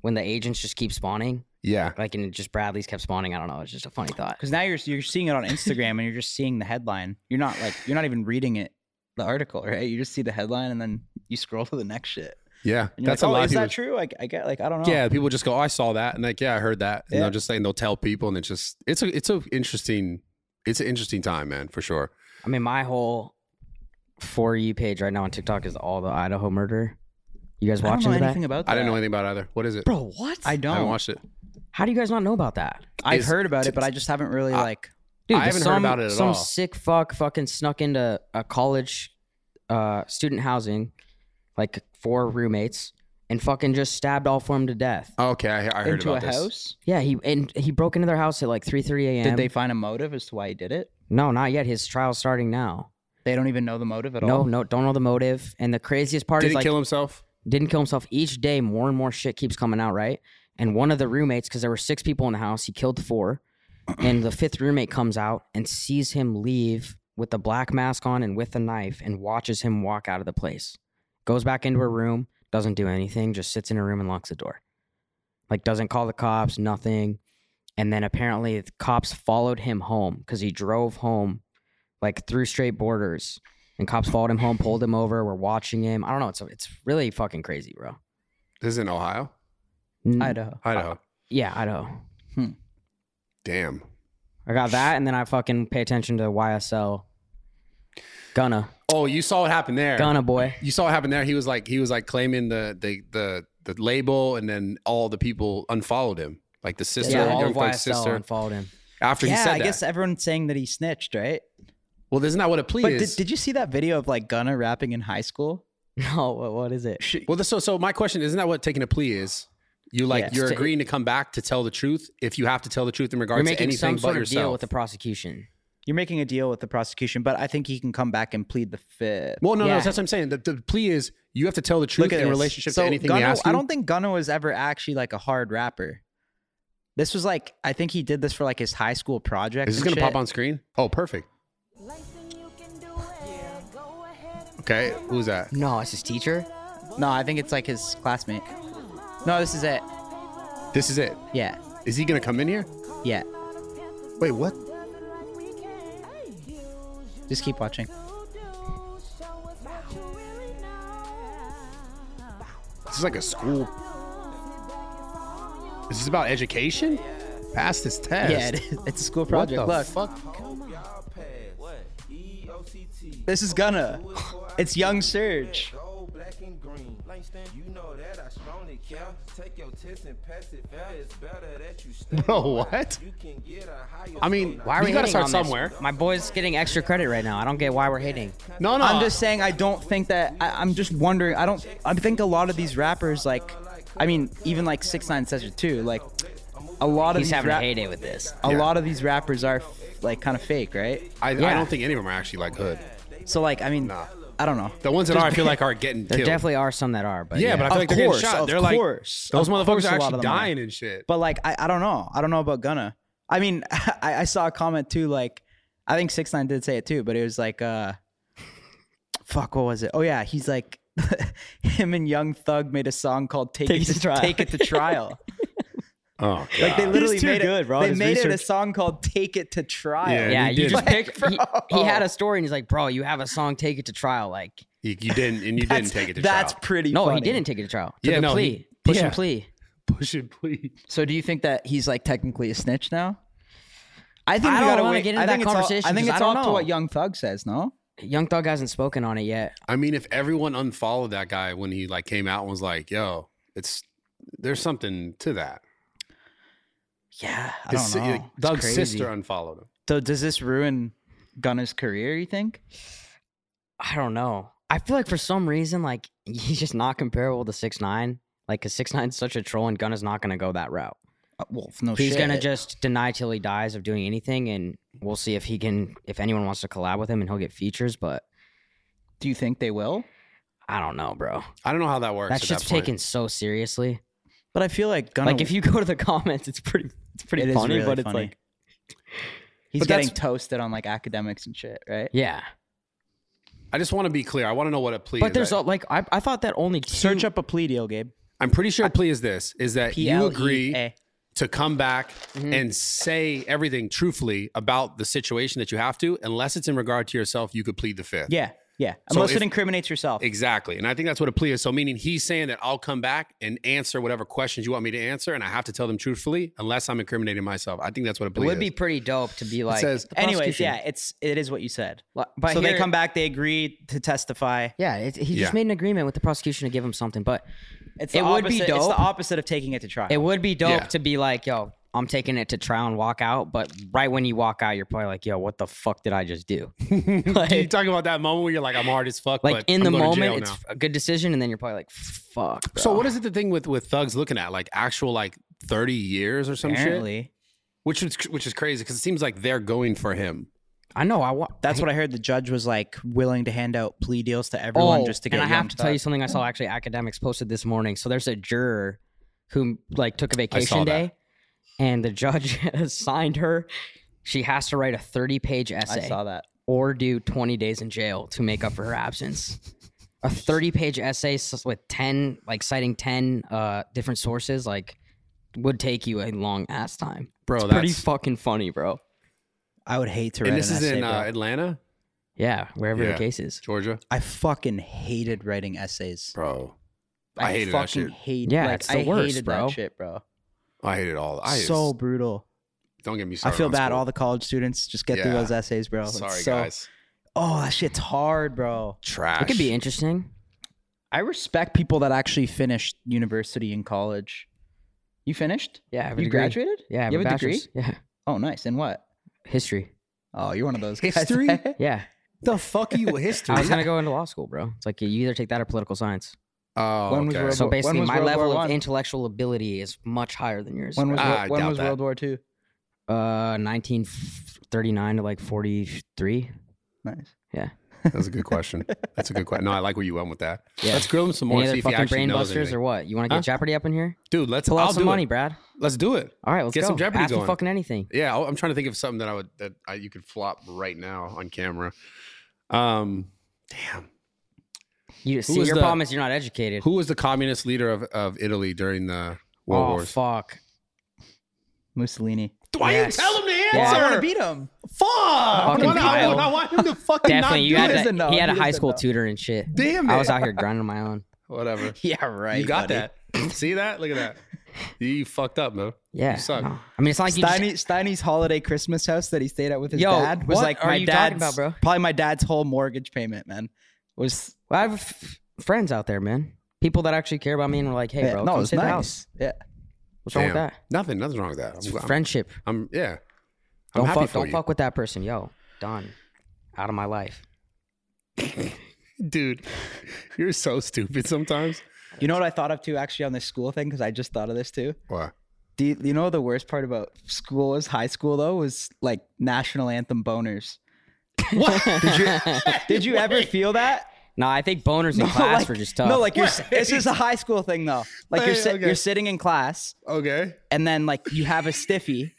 when the agents just keep spawning,
yeah,
like and it just Bradley's kept spawning. I don't know. It's just a funny thought.
Because now you're you're seeing it on Instagram and you're just seeing the headline. You're not like you're not even reading it, the article, right? You just see the headline and then you scroll to the next shit.
yeah.
And you're
That's
like,
a
oh,
lot.
Is
of people,
that true? I, I get like I don't know.
Yeah, people just go, oh, I saw that, and like, yeah, I heard that, and
Yeah.
they'll just say, and they'll tell people, and it's just, it's a, it's a interesting, it's an interesting time, man, for sure.
I mean, my whole for you page right now on TikTok is all the Idaho murder. You guys
I don't
watching
know
that?
anything about. That.
I didn't know anything about it either. What is it?
Bro, what?
I
I
don't. I
haven't watched it.
How do you guys not know about that?
have
Is-
heard about
t-
it, but I just haven't really
I-
like.
I haven't heard
some-
about it at
some
all.
sick fuck fucking snuck into a college uh, student housing, like four roommates, and fucking just stabbed all four of them to death.
Oh, Okay, I, I heard
into
about
a
this.
house.
Yeah, he and he broke into their house at like three thirty a.m.
Did they find a motive as to why he did it?
No, not yet. His trial's starting now.
They don't even know the motive at
No,
all.
no, don't know the motive. And the craziest part
Did
is
he
like
kill himself?
didn't kill himself. Each day, more and more shit keeps coming out, right? And one of the roommates, because there were six people in the house, he killed four. And the fifth roommate comes out and sees him leave with the black mask on and with a knife and watches him walk out of the place. Goes back into her room, doesn't do anything, just sits in her room and locks the door. Like, doesn't call the cops, nothing. And then apparently, the cops followed him home because he drove home, like, through straight borders and cops followed him home, pulled him over. We're watching him. I don't know. It's it's really fucking crazy, bro.
This is in Ohio,
N-
Idaho.
Idaho.
Yeah, Idaho.
Damn.
I got that, and then I fucking pay attention to YSL. Gunna,
Oh, you saw what happened there.
Gunna boy.
You saw what happened there. He was like, he was like claiming the the the the label, and then all the people unfollowed him, like the sister,
Yeah,
the
all
young
of
thug's
YSL
sister.
unfollowed him.
After he
Yeah,
said
I
that,
guess uh, everyone's saying that he snitched, right?
well, isn't that what a plea
But
is?
did, did you see that video of like Gunna rapping in high school?
No, what, what is it?
well, the, so so my question isn't that what taking a plea is? You like
Yes.
you're
To-
agreeing to come back to tell the truth if you have to tell the truth in
You're
regards to
making
anything
some
but
sort of
yourself.
deal with the prosecution.
You're making a deal with the prosecution, but I think he can come back and plead the fifth.
well, no, no,
Yeah.
that's what I'm saying. The, the plea is you have to tell the truth in
this.
relationship
So
to anything
Gunna,
they ask you.
I don't think Gunna was ever actually like a hard rapper. This was like I think he did this for like his high school project.
is this
and
going to pop
shit.
on screen? Oh, perfect. Okay, who's that?
No, it's his teacher.
No, I think it's like his classmate. No, this is it.
This is it.
Yeah,
Is he going to come in here?
yeah.
Wait, what?
Just keep watching.
This is like a school. Is this about education? Pass this test.
Yeah, it is. it's a school
What
project.
the
Look,
fuck?
this is Gunna. It's Young Surge.
Gold, black, and green. Langston, you know that I strongly care. Take your test and pass it fair. It's better that you stay.
Bro, what?
You can get a higher
I mean,
Why are we
you got to
hating
start
on this?
somewhere.
My boy's getting extra credit right now. I don't get why we're hating.
No, no.
I'm just saying I don't think that I, I'm just wondering I don't I think a lot of these rappers like I mean even like Six Nine says it too like a lot of
He's
these
having a
rap-
heyday with this.
a
Yeah.
lot of these rappers are like kind of fake, right?
I, I
Yeah.
don't think any of them are actually like hood.
So like, I mean,
Nah.
I don't know.
The ones that are, I feel like, are getting
There
killed.
definitely are some that are, but
yeah,
yeah,
but I feel
Of
like they're
course,
getting shot.
of
They're like
course.
those
Of course
motherfuckers
a
are
lot
actually
of them are.
dying and shit.
But like, I, I don't know. I don't know about Gunna. I mean, I, I saw a comment too. Like, I think Six Nine did say it too, but it was like, uh, fuck, what was it? Oh yeah, he's like, him and Young Thug made a song called "Take, It to Trial." Take It to Trial.
oh,
like they literally
too
made
good,
it.
bro.
They
His
made it a
research-
song called "Take It to Trial."
Yeah.
yeah,
he
you
did.
just
Like,
pick. He,
bro.
he had a story, and he's like, "Bro, you have a song. Take it to trial." Like,
you, you didn't, and you didn't
That's-
take it to
That's
trial.
pretty.
no, he
funny.
didn't take it to trial. Took
Yeah,
a
no,
plea,
he-
push
yeah.
and plea.
Push it, please.
So do you think that he's like technically a snitch now? I think
I
we
don't
gotta
wanna
wait.
get into
I
that
think it's all-
conversation
I think
'cause
it's
I
all
don't
up to
know.
what Young Thug says. No,
Young Thug hasn't spoken on it yet.
I mean, if everyone unfollowed that guy when he like came out and was like, "Yo, it's there's something to that."
yeah, I
His,
don't
si-
know.
like,
It's
Doug's
crazy.
sister unfollowed him.
So does this ruin Gunna's career? You think?
I don't know. I feel like for some reason, like he's just not comparable to six nine. Like, cause six nine's such a troll, and Gunna's not gonna go that route.
Uh, Well, no
He's
shit.
gonna just deny till he dies of doing anything, and we'll see if he can, if anyone wants to collab with him, and he'll get features. But
Do you think they will?
I don't know, bro.
I don't know how that works.
That
at
shit's
that point.
taken so seriously.
But I feel like Gunna.
Like if you go to the comments, it's pretty, it's pretty
It is
funny.
really
but
funny.
it's like,
he's
But
getting
that's-
toasted on like academics and shit, right?
yeah.
I just want to be clear. I want to know what a plea.
But
is.
there's
I,
all, like I, I thought that only two,
Search up a plea deal, Gabe.
I'm pretty sure a plea is this: is that
E
you agree
PLEA.
to come back
Mm-hmm.
and say everything truthfully about the situation that you have to, unless it's in regard to yourself. You could plead the fifth.
Yeah, yeah.
So
Unless
if-
it incriminates yourself.
Exactly. And I think that's what a plea is. So, meaning he's saying that I'll come back and answer whatever questions you want me to answer, and I have to tell them truthfully, unless I'm incriminating myself. I think that's what a
It
plea
would
is.
be pretty dope to be like.
says-
the
Anyways,
prosecution.
yeah, it's it is what you said.
Li- But
so they
here-
come back, they agree to testify.
Yeah, it, he
Yeah.
just made an agreement with the prosecution to give him something, but
It's
It
the
would be
opposite- It's
dope.
the opposite of taking it to trial.
it would be dope
Yeah.
to be like, yo, I'm taking it to trial and walk out. But right when you walk out, you're probably like, yo, what the fuck did I just do?
you
like
talking about that moment where you're like, I'm hard as fuck.
like,
but
in
I'm
the
going to
moment,
jail
it's
now.
a good decision, and then you're probably like, fuck. Bro.
So what is it the thing with with thugs looking at like actual like 30 years or some shit,
Apparently,
which is which is crazy because it seems like they're going for him.
I know. I want.
that's what I heard. The judge was like willing to hand out plea deals to everyone just to get.
Oh, and I
Young
have to tell
Thug.
you something I saw actually academics posted this morning. So there's a juror who like took a vacation
that.
day and the judge assigned her she has to write a 30 page essay.
I saw that.
or do 20 days in jail to make up for her absence. A 30 page essay s- with 10, like citing 10 uh, different sources, like would take you a long ass time.
Bro,
it's pretty
that's-
fucking funny, bro.
I would hate to. Write
And this
an
is
essay,
in
bro.
uh, Atlanta,
Yeah, wherever
Yeah.
the case is.
Georgia.
I fucking hated writing essays.
Bro, I hated that
fucking
shit.
Hate,
Yeah,
like,
it's the
I
worst,
hated
bro.
that shit, bro.
I hated all. I
so
so
brutal.
don't get me
I
started.
feel
on
bad.
school.
All the college students just get through
Yeah.
those essays, bro. It's
sorry
so-
guys,
Oh, that shit's hard, bro.
trash.
It could be interesting.
I respect people that actually finished university and college. You finished?
Yeah, I have a
You
degree.
graduated?
Yeah, I have
You
a
have a degree?
bachelor's. Yeah,
Oh, nice. In what?
history.
Oh, you're one of those guys.
History?
Yeah,
the fuck you history.
I was gonna go into law school, bro. It's like you either take that or political science.
Oh,
When was
okay.
World
So
War- when
basically,
was
my
World
level
War
of
One?
intellectual ability is much higher than yours.
when was,
bro.
Ah, I
when
doubt
was
that.
World War II?
uh 1939 to like 43?
Nice.
Yeah.
That's a good question. That's a good question. No, I like where you went with that.
Yeah.
Let's grill him some more.
Any
see
other
if he
fucking
actually
brain
knows
busters or
anything.
what? You want to get
Huh?
Jeopardy up in here?
Dude, let's.
Pull out
I'll
some
do
money,
it.
Brad.
Let's do it.
All right, let's
Get
go.
some Jeopardy
Ask me
going.
fucking anything.
Yeah, I- I'm trying to think of something that I would that I, you could flop right now on camera. Um, damn.
You see,
was
your
the-
problem is you're not educated.
Who was the communist leader of, of Italy during the World
oh
Wars?
fuck!
Mussolini.
Why
yes.
you tell him to answer?
Yeah.
I want to beat him.
Fuck!
Uh,
I
Fucking
wanna- I,
Kyle.
want- I want him to fucking
Definitely,
not
you
do
had
it.
this
that.
and no.
He had a
He
high
doesn't
school
know.
tutor and shit.
Damn it!
I was out here grinding my own.
Whatever.
Yeah, right.
You got
buddy.
that. See that? Look at that. You fucked up, man.
Yeah,
You suck.
no. I mean, it's not like you. Just,
Steiny, Steiny's holiday Christmas house that he stayed at with his
Yo,
dad was
what
like
are
my
you
dad's
talking about, bro?
probably my dad's whole mortgage payment, man. Was
Well, I have f- friends out there, man. People that actually care about me and were like, "Hey,
yeah,
bro,
no, it
come
was
sit at the house.
nice. Yeah,
What's wrong with
Damn.
that?
Nothing. Nothing's wrong with that. I'm, I'm,
Friendship.
I'm yeah. I'm
Don't
happy
fuck.
for
Don't
you.
fuck with that person. Yo, done. Out of my life.
dude. You're so stupid sometimes.
you know what I thought of too, actually, on this school thing because I just thought of this too.
What?
Do you, you know the worst part about school is high school though was like national anthem boners. What did you did you ever feel that?
No, I think boners in class
like,
were just tough.
No, like you're. s- This is a high school thing though. Like you're
Wait,
sit,
okay.
you're sitting in class,
Okay.
and then like you have a stiffy,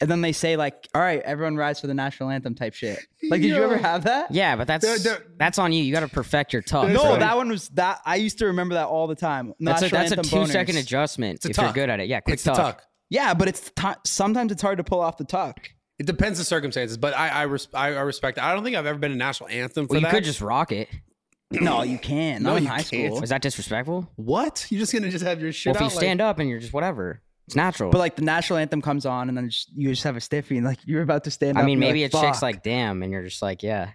and then they say like, "All right, everyone rise for the national anthem" type shit. Like, did you ever
Yo.
have that?
yeah, but that's
They're- they're-
that's on you. You got to perfect your tough.
No,
Sorry.
that one was that. I used to remember that all the time.
that's a,
National
that's a
anthem
two second
boners.
adjustment
a
if
tuck.
you're good at it. Yeah, quick
It's the
tuck.
tuck.
Yeah, but it's t- sometimes it's hard to pull off the tuck.
It depends the circumstances, but I I, res- I I respect. I don't think I've ever been a national anthem for
Well, you
that.
could just rock it.
No, you can. Not
No,
in
you
high
can't.
school.
Is that disrespectful?
what? You're just gonna just have your shit
well, if
out.
you stand up and you're just whatever, it's natural.
But like the national anthem comes on, and then just, you just have a stiffy, and like you're about to stand up.
I mean,
and you're
maybe
like,
a chick's
"Fuck."
like, damn, and you're just like, yeah.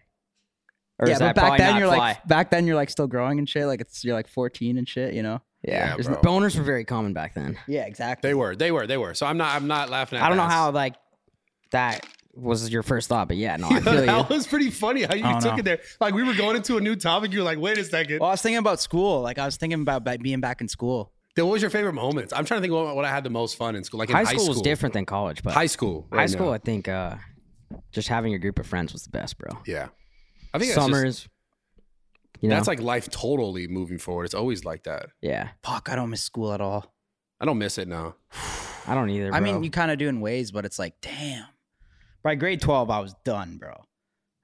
Or
yeah,
is
but
that
back
probably
then
not
you're
fly?
like back then you're like still growing and shit. Like it's you're like 14 and shit. You know?
Yeah,
There's-
bro.
boners were very common back then.
Yeah, exactly.
They were, they were, they were. So I'm not, I'm not laughing at.
I don't know
that.
how like that was your first thought, but yeah, no, I feel
that
you.
was pretty funny how you
I don't
took
know.
it there. Like we were going into a new topic. You were like, wait a second.
Well, I was thinking about school. Like I was thinking about ba- being back in school.
then what was your favorite moments? I'm trying to think what, what I had the most fun in school. Like in
High school was different than college, but
High school.
high
right
school,
now.
I think uh, just having your group of friends was the best, bro.
Yeah. I think that's just-
Summers, you know,
That's like life totally moving forward. It's always like that.
yeah.
Fuck, I don't miss school at all.
I don't miss it now.
I don't either.
I mean,
bro.
you kind of do in ways, but it's like, damn. By grade 12, I was done, bro.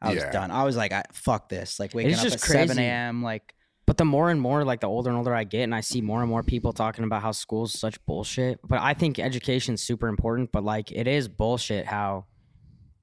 I was
Yeah.
done. I was like, I, fuck this. Like waking up
just
at 7
crazy.
a.m. Like,
But the more and more, like the older and older I get, and I see more and more people talking about how school's such bullshit. But I think education's super important. But like, it is bullshit how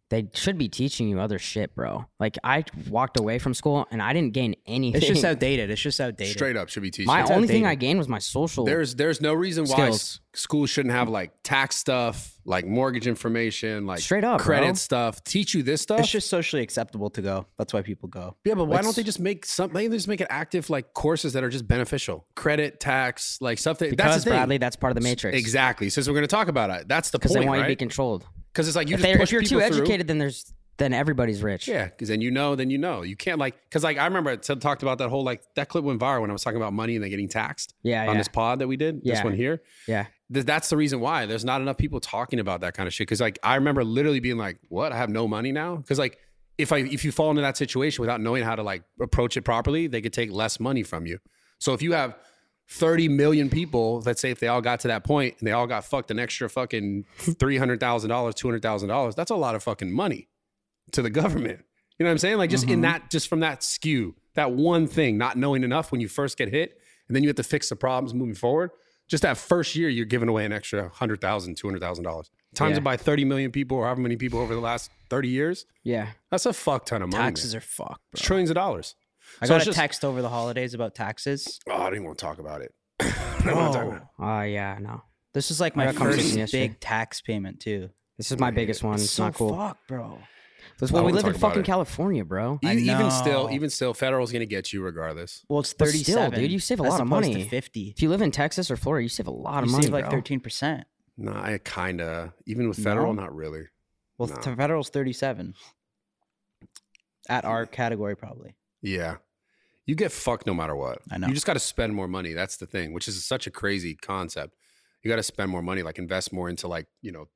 they should be teaching you other shit, bro. Like, I walked away from school and I didn't gain anything.
it's just outdated. It's just outdated.
Straight up should be teaching.
my
us.
only thing I gained was my social.
there's there's no reason why
Skills.
s- schools shouldn't have like tax stuff, like mortgage information, like
Straight up,
credit
bro.
stuff. Teach you this stuff.
It's just socially acceptable to go. That's why people go.
yeah, but why
it's-
don't they just make something? They just make it active, like courses that are just beneficial, credit, tax, like stuff that.
because
that's the thing.
Bradley, that's part of the matrix.
Exactly. Since we're going to talk about it, that's the
Because
point,
they want you to be
right?
controlled.
Because it's like you
if,
just
they're- if
push
you're too
people through.
educated, then there's then everybody's rich.
Yeah, because then you know, then you know. You can't like because like I remember I t- talked about that whole like that clip went viral when I was talking about money and then getting taxed.
Yeah,
on
yeah.
this pod that we did, this
Yeah.
one here.
Yeah.
Th- that's the reason why there's not enough people talking about that kind of shit. Because like I remember literally being like, "What? I have no money now." Because like if I if you fall into that situation without knowing how to like approach it properly, they could take less money from you. So if you have 30 million people, let's say if they all got to that point and they all got fucked an extra fucking $300,000, $200,000, that's a lot of fucking money to the government. You know what I'm saying? Like just in that, just from that skew, that one thing, not knowing enough when you first get hit, and then you have to fix the problems moving forward. Just that first year, you're giving away an extra hundred thousand, two hundred thousand dollars. Times
Yeah.
it by thirty million people, or however many people over the last thirty years.
Yeah.
That's a fuck ton of money.
Taxes are fucked, bro.
It's trillions of dollars.
I
So
got
it's
a
just-
text over the holidays about taxes.
Oh, I didn't want to talk about it. I didn't wanna talk about it.
Oh yeah. No.
This is like
I
my
got a conversation
first
yesterday.
big tax payment too.
This is my biggest one. It's,
so
not cool.
fuck, bro.
That's
I
well, we
wanna
live in
talk about
fucking
it.
California, bro.
E-
I
Even still,
know.
even still, federal's gonna get you regardless.
Well, it's
But still, dude,
thirty-seven,
you save a
as
lot of
opposed to
money.
Fifty.
If you live in Texas or Florida, you save a lot of
you
money.
save like
bro.
thirteen percent.
Nah, I kinda even with federal,
No?
not really.
Well,
No.
the federal's thirty-seven. At our category, probably.
Yeah. You get fucked no matter what.
I know.
You just got to spend more money. That's the thing, which is such a crazy concept. You got to spend more money, like invest more into like, you know,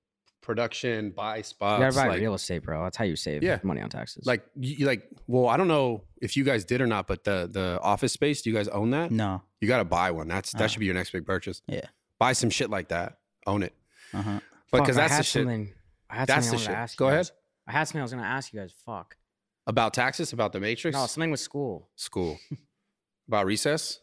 production, buy
You
spots.
gotta buy
like,
real estate, bro. That's how you save
Yeah.
money on taxes.
like, you, you, like, well, I don't know if you guys did or not, but the the office space, do you guys own that?
No.
You got to buy one. That's that
Uh,
should be your next big purchase.
yeah.
Buy some shit like that. Own it.
Uh-huh.
But
Fuck,
because
I
that's
had
the shit.
something- I had
That's the
something I wanted to
shit.
ask
Go
you
ahead.
guys. I had something I was gonna ask you guys. Fuck.
About taxes, about the matrix,
No, something with school.
school, about recess,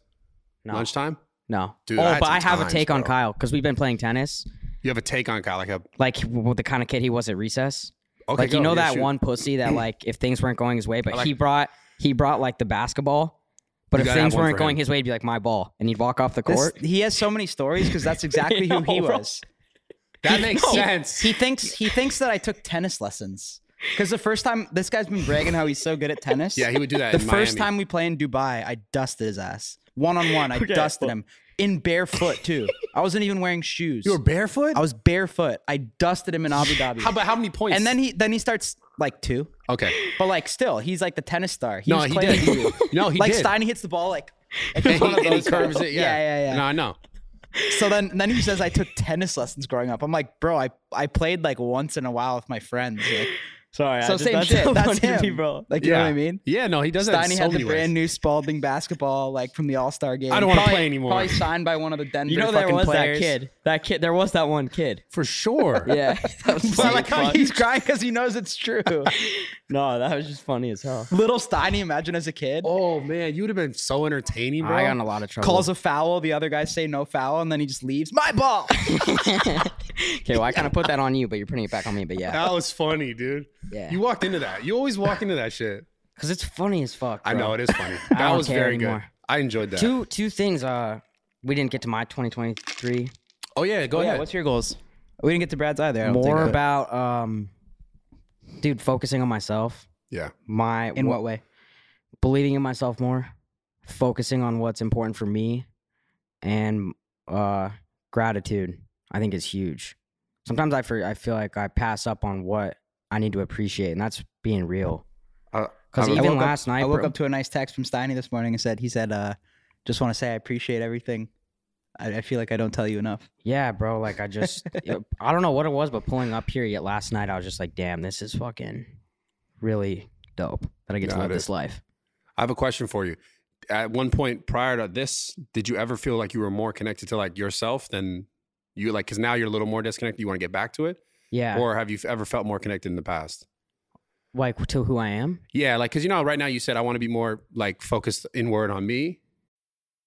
No.
lunchtime.
No.
Dude, I
oh,
had
but
some
I have
times,
a take on
bro.
Kyle because we've been playing tennis.
You have a take on Kyle, like a, okay,
Like w- w- the kind of kid he was at recess. like
go.
you know
Yeah,
that
shoot.
one pussy that like if things weren't going his way, but
I like-
he brought he brought like the basketball. But
You
if
gotta have
things
one
weren't
for
going
him.
his way, he'd be like my ball, and he'd walk off the
This-
court.
he has so many stories because that's exactly who he
Yo, bro.
was.
That makes sense.
He thinks he thinks that I took tennis lessons because the first time this guy's been bragging how he's so good at tennis.
Yeah, he would do that
The
in
first
Miami.
time we play in Dubai, I dusted his ass one on one. I dusted him in barefoot too. I wasn't even wearing shoes.
You were barefoot.
I was barefoot. I dusted him in Abu Dhabi.
How about how many points?
and then he then he starts like two,
okay,
but like still he's like the tennis star. He
No,
was
he
playing
did.
you.
No, he
like
did.
Steiny hits the ball like. like
and
one of
he, and he
those guys.
curves it. Yeah.
yeah, yeah, yeah.
No, I know.
So then, then he says I took tennis lessons growing up. I'm like, bro, I, I played like once in a while with my friends. Like, Sorry, I
So
just,
same
that's
shit.
How
That's
much it be,
him.
bro.
Like you know what I mean?
Yeah, no, he does that. in
Steiny
so
had the
many ways.
brand new Spalding basketball, like from the All Star game.
I don't wanna
Probably-
play anymore.
Probably signed by one of the Denver
You know there
fucking
was
players.
that kid. That kid. There was that one kid.
for sure.
Yeah. That was
But I
funny
like
as
how
fuck.
he's crying because he knows it's true.
No, that was just funny as hell.
Little Steiny, imagine as a kid,
Oh man, you would have been so entertaining, bro.
I got in a lot of trouble.
calls a foul, the other guys say no foul, and then he just leaves. My ball.
Okay, well, I kind of put that on you, but you're putting it back on me. But yeah,
that was funny, dude.
Yeah.
You walked into that. You always walk into that shit.
because it's funny as fuck.
I
bro.
know it is funny. That
don't
was
care
very good.
anymore.
I enjoyed that.
Two two things. Uh, we didn't get to my 2023.
Oh yeah, go ahead.
your goals? We didn't get to Brad's either. I don't
More
think, but-
about um, dude, focusing on myself.
yeah.
My
in
wh-
what way?
believing in myself more, focusing on what's important for me, and uh, gratitude. I think is huge. Sometimes I for, I feel like I pass up on what I need to appreciate, and that's being real.
Uh,
Because
I woke
even
up-
last night,
I woke
bro-
up to a nice text from Steiny this morning and said he said, uh, "Just want to say I appreciate everything. I, I feel like I don't tell you enough."
Yeah, bro. Like I just, I don't know what it was, but pulling up here yet last night, I was just like, damn, this is fucking really dope that I get to
Got
live
it.
this life.
I have a question for you. At one point prior to this, did you ever feel like you were more connected to like yourself than you like? Because now you're a little more disconnected. You want to get back to it,
Yeah.
or have you ever felt more connected in the past?
like to who I am.
Yeah, like because you know, right now you said I want to be more like focused inward on me.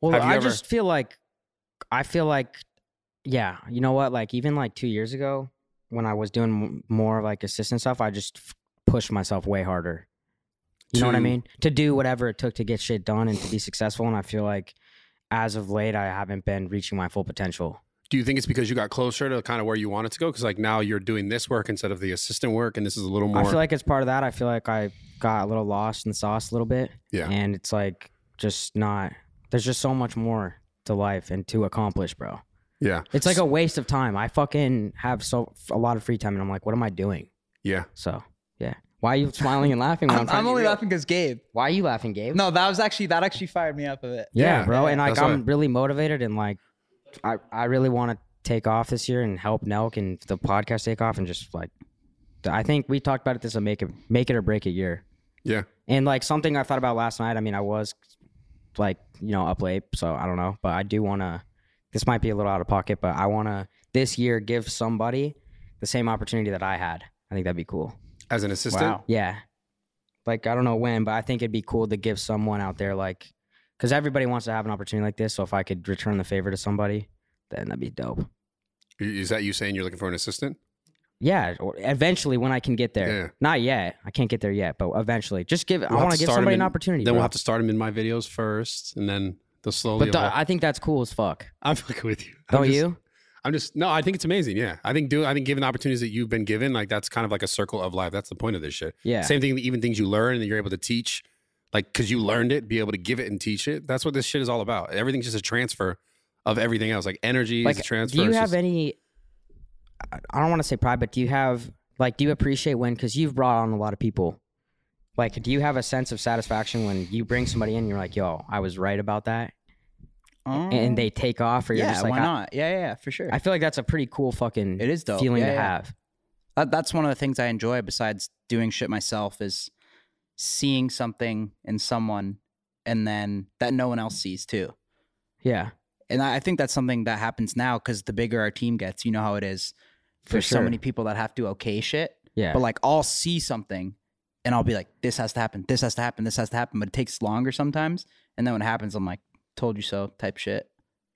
Well,
Have you
I
ever-
just feel like, I feel like, yeah, you know what? Like even like two years ago, when I was doing m- more of like assistant stuff, I just f- pushed myself way harder. You know what I
To-
mean? To do whatever it took to get shit done and to be successful. And I feel like as of late, I haven't been reaching my full potential.
Do you think it's because you got closer to kind of where you wanted to go? Because like now you're doing this work instead of the assistant work, and this is a little more.
I feel like it's part of that. I feel like I got a little lost in the sauce a little bit.
Yeah.
And it's like just not there's just so much more to life and to accomplish, bro.
yeah,
It's like a waste of time. I fucking have so a lot of free time and I'm like, what am I doing?
yeah.
So yeah. Why are you smiling and laughing when I'm,
I'm,
trying
I'm
to be
only
real?
laughing because Gabe.
Why are you laughing, Gabe?
No, that was actually that actually fired me up a bit.
Yeah,
Yeah,
bro. And like
that's why.
I'm really motivated and like I, I really want to take off this year and help Nelk and the podcast take off and just like I think we talked about it this will make it make it or break it year.
Yeah.
And like something I thought about last night, I mean, I was like, you know, up late, so I don't know, but I do want to. This might be a little out of pocket, but I want to this year give somebody the same opportunity that I had. I think that'd be cool.
As an assistant,
Wow.
Yeah. Like, I don't know when, but I think it'd be cool to give someone out there, like, because everybody wants to have an opportunity like this. So if I could return the favor to somebody, then that'd be dope.
is that you saying you're looking for an assistant?
Yeah. Or eventually, when I can get there.
Yeah.
Not yet. I can't get there yet, but eventually. Just give, I
We'll have
want to give
start 'em
somebody an
in-
opportunity.
Then we'll
bro.
have to start them in my videos first, and then they'll slowly.
But th-
evolve.
I think that's cool as fuck.
I'm fucking with you. I'm
Don't
just-
you?
I'm just no. I think it's amazing. Yeah, I think do I think given the opportunities that you've been given, like that's kind of like a circle of life. That's the point of this shit.
Yeah.
Same thing. Even things you learn and you're able to teach, like because you learned it, be able to give it and teach it. That's what this shit is all about. Everything's just a transfer of everything else. Like energy is a
Like,
transfer.
do you
It's
have
just-
any? I- I don't want to say pride, but do you have like? Do you appreciate when? Because you've brought on a lot of people. Like, do you have a sense of satisfaction when you bring somebody in? and You're like, yo, I was right about that,
Oh.
Um,
and they take off, or you're
yeah,
just like,
why
I,
not? Yeah, yeah, yeah, for sure.
I feel like that's a pretty cool fucking.
It is dope.
feeling
Yeah,
to
yeah.
have.
That- that's one of the things I enjoy besides doing shit myself is seeing something in someone and then that no one else sees too.
Yeah,
And I, I think that's something that happens now because the bigger our team gets, you know how it is.
For
There's so
sure.
many people that have to okay shit,
yeah.
but like I'll see something and I'll be like, this has to happen, this has to happen, this has to happen, but it takes longer sometimes. And then when it happens, I'm like, told you so type shit,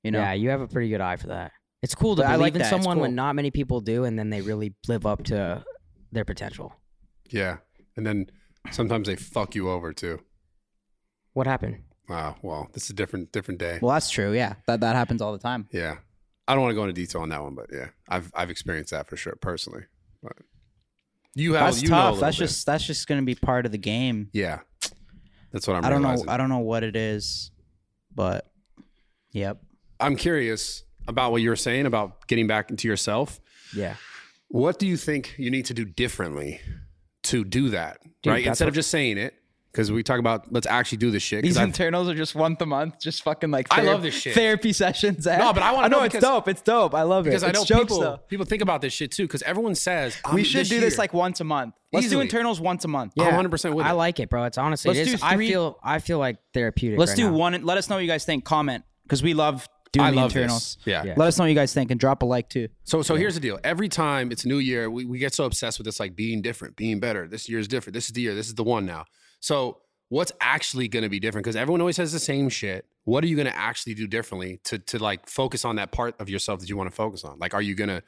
you know?
yeah, you have a pretty good eye for that. It's cool to
But I
believe
like
in
that. It's
someone when
cool.
not many people do, and then they really live up to their potential.
Yeah, and then sometimes they fuck you over too.
What happened?
Wow. Well, this is a different different day.
Well, that's true. Yeah. That, that happens all the time.
yeah. I don't want to go into detail on that one, but yeah, I've I've experienced that for sure personally. You have
That's
Oh, you know a
tough.
little
That's
bit.
just that's just gonna be part of the game.
yeah. That's what I'm.
I don't know.
realizing.
I don't know what it is, but yep.
I'm curious about what you were saying about getting back into yourself.
Yeah.
What do you think you need to do differently to do that?
Dude,
right?
that's
Instead of
what-
just saying it, because we talk about let's actually do this shit. 'cause
These
I've-
internals are just once a month, just fucking like
I
ther-
love this shit.
therapy sessions. eh?
No, but I wanna
I know
know
it's
because-
dope. It's dope. I love it.
because I
It's
know
jokes,
people
though.
people think about this shit too. Because everyone says
We
"I'm
should do this
year."
like once a month. Let's do
Easily.
internals once a month.
I'm 100% with
I
it.
like it, bro. It's honestly,
Let's
it is,
do
I
three-
feel, I feel like therapeutic.
Let's
right
do
now.
one. Let us know what you guys think. Comment because we love doing
I
the
love this.
internals.
Yeah. Yeah.
Let us know what you guys think and drop a like too.
So so here's the deal. Every time it's new year, we, we get so obsessed with this like being different, being better. This year is different. This is the year. This is the one now. So what's actually gonna be different? Because everyone always says the same shit. What are you gonna actually do differently to to like focus on that part of yourself that you want to focus on? Like, are you gonna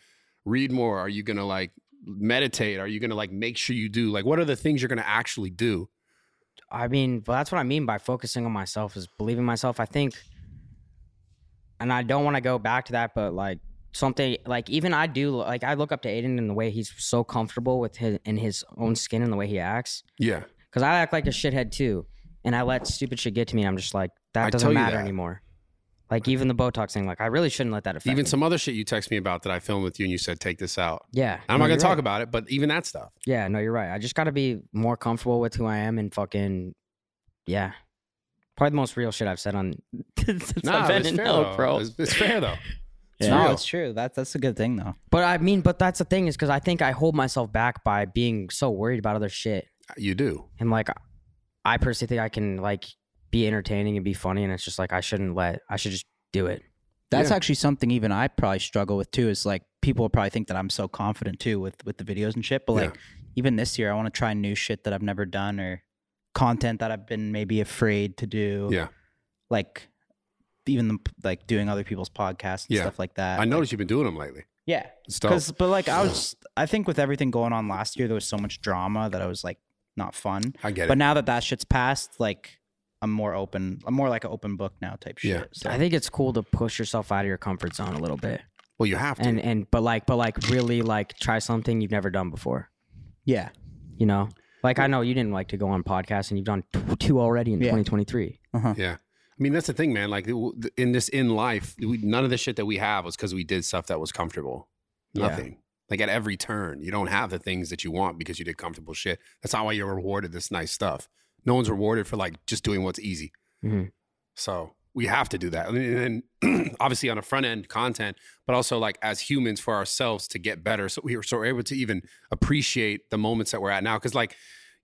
read more? Are you gonna like meditate? Are you gonna like make sure you do like what are the things you're gonna actually do?
I mean, but that's what I mean by focusing on myself is believing myself. I think, and I don't want to go back to that, but like something like even I do like I look up to Aiden in the way he's so comfortable with his in his own skin and the way he acts.
Yeah.
Because I act like a shithead too, and I let stupid shit get to me. I'm just like that
I tell
doesn't
you
matter
that.
anymore. Like even the Botox thing, like I really shouldn't let that affect.
Even
me.
some other shit you text me about that I filmed with you and you said take this out.
yeah,
I'm not
no,
gonna
you're
talk
right.
about it, but even that stuff.
Yeah, no, you're right. I just got to be more comfortable with who I am and fucking, yeah. Probably the most real shit I've said on since
Nah,
I've
but
been
it's
in
fair
Elk,
though.
bro.
It's, it's fair though. It's
No,
real.
it's true. That's that's a good thing though.
But I mean, but that's the thing is because I think I hold myself back by being so worried about other shit.
You do.
And like, I personally think I can like be entertaining and be funny. And it's just like, I shouldn't let, I should just do it.
That's
Yeah.
actually something even I probably struggle with too. Is like people will probably think that I'm so confident too with with the videos and shit. But
Yeah.
like even this year, I want to try new shit that I've never done or content that I've been maybe afraid to do.
Yeah.
Like even the, like doing other people's podcasts and
Yeah.
stuff like that.
I noticed you've been doing them lately.
Yeah.
It's dope.
Because but like I was I think with everything going on last year, there was so much drama that I was like not fun.
I get
But
it.
now that that shit's passed, like I'm more open. I'm more like an open book now type shit.
Yeah.
So.
I think it's cool to push yourself out of your comfort zone a little bit.
Well, you have to.
And, and, but like, but like really like try something you've never done before,
yeah.
you know? Like, I know you didn't like to go on podcasts and you've done t- two already in
Yeah.
2023.
yeah. I mean, that's the thing, man. Like w- th- in this, in life, we, none of the shit that we have was because we did stuff that was comfortable. Nothing. Like at every turn, you don't have the things that you want because you did comfortable shit. That's not why you're rewarded this nice stuff. No one's rewarded for like just doing what's easy.
Mhm.
So we have to do that. And then- and then obviously on a front end content, but also like as humans for ourselves to get better. So we were, so we're able to even appreciate the moments that we're at now. Cause like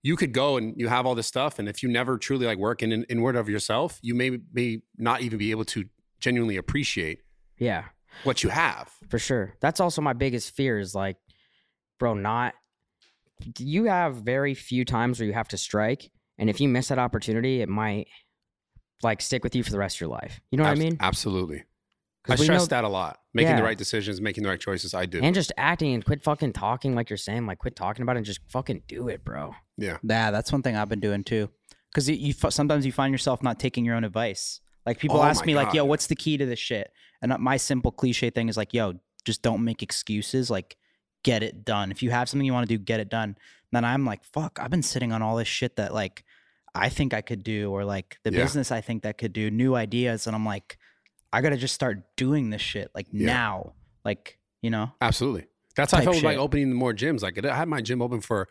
you could go and you have all this stuff. And if you never truly like work in, in inward of yourself, you may, may not even be able to genuinely appreciate
Yeah.
what you have.
for sure. That's also my biggest fear is like, bro, not you have very few times where you have to strike, and if you miss that opportunity, it might like stick with you for the rest of your life. You know what
Abs-
I mean?
Absolutely.
'Cause
I
we
stress
know-
that a lot. Making
Yeah.
the right decisions, making the right choices. I do.
And just acting and quit fucking talking like you're saying, like quit talking about it and just fucking do it, bro.
yeah.
Yeah, that's one thing I've been doing too. Because you, f- sometimes you find yourself not taking your own advice. Like people
Oh
ask
my
me, like,
God.
"Yo, what's the key to this shit?" And uh, my simple cliche thing is like, "Yo, just don't make excuses. Like, get it done. If you have something you want to do, get it done." And then I'm like, "Fuck, I've been sitting on all this shit that like I think I could do, or like the
Yeah.
business I think that could do, new ideas." And I'm like, "I gotta just start doing this shit like
Yeah.
now. Like, you know,
Absolutely. That's how I
Type
felt with, like
shit.
opening more gyms. Like I had my gym open for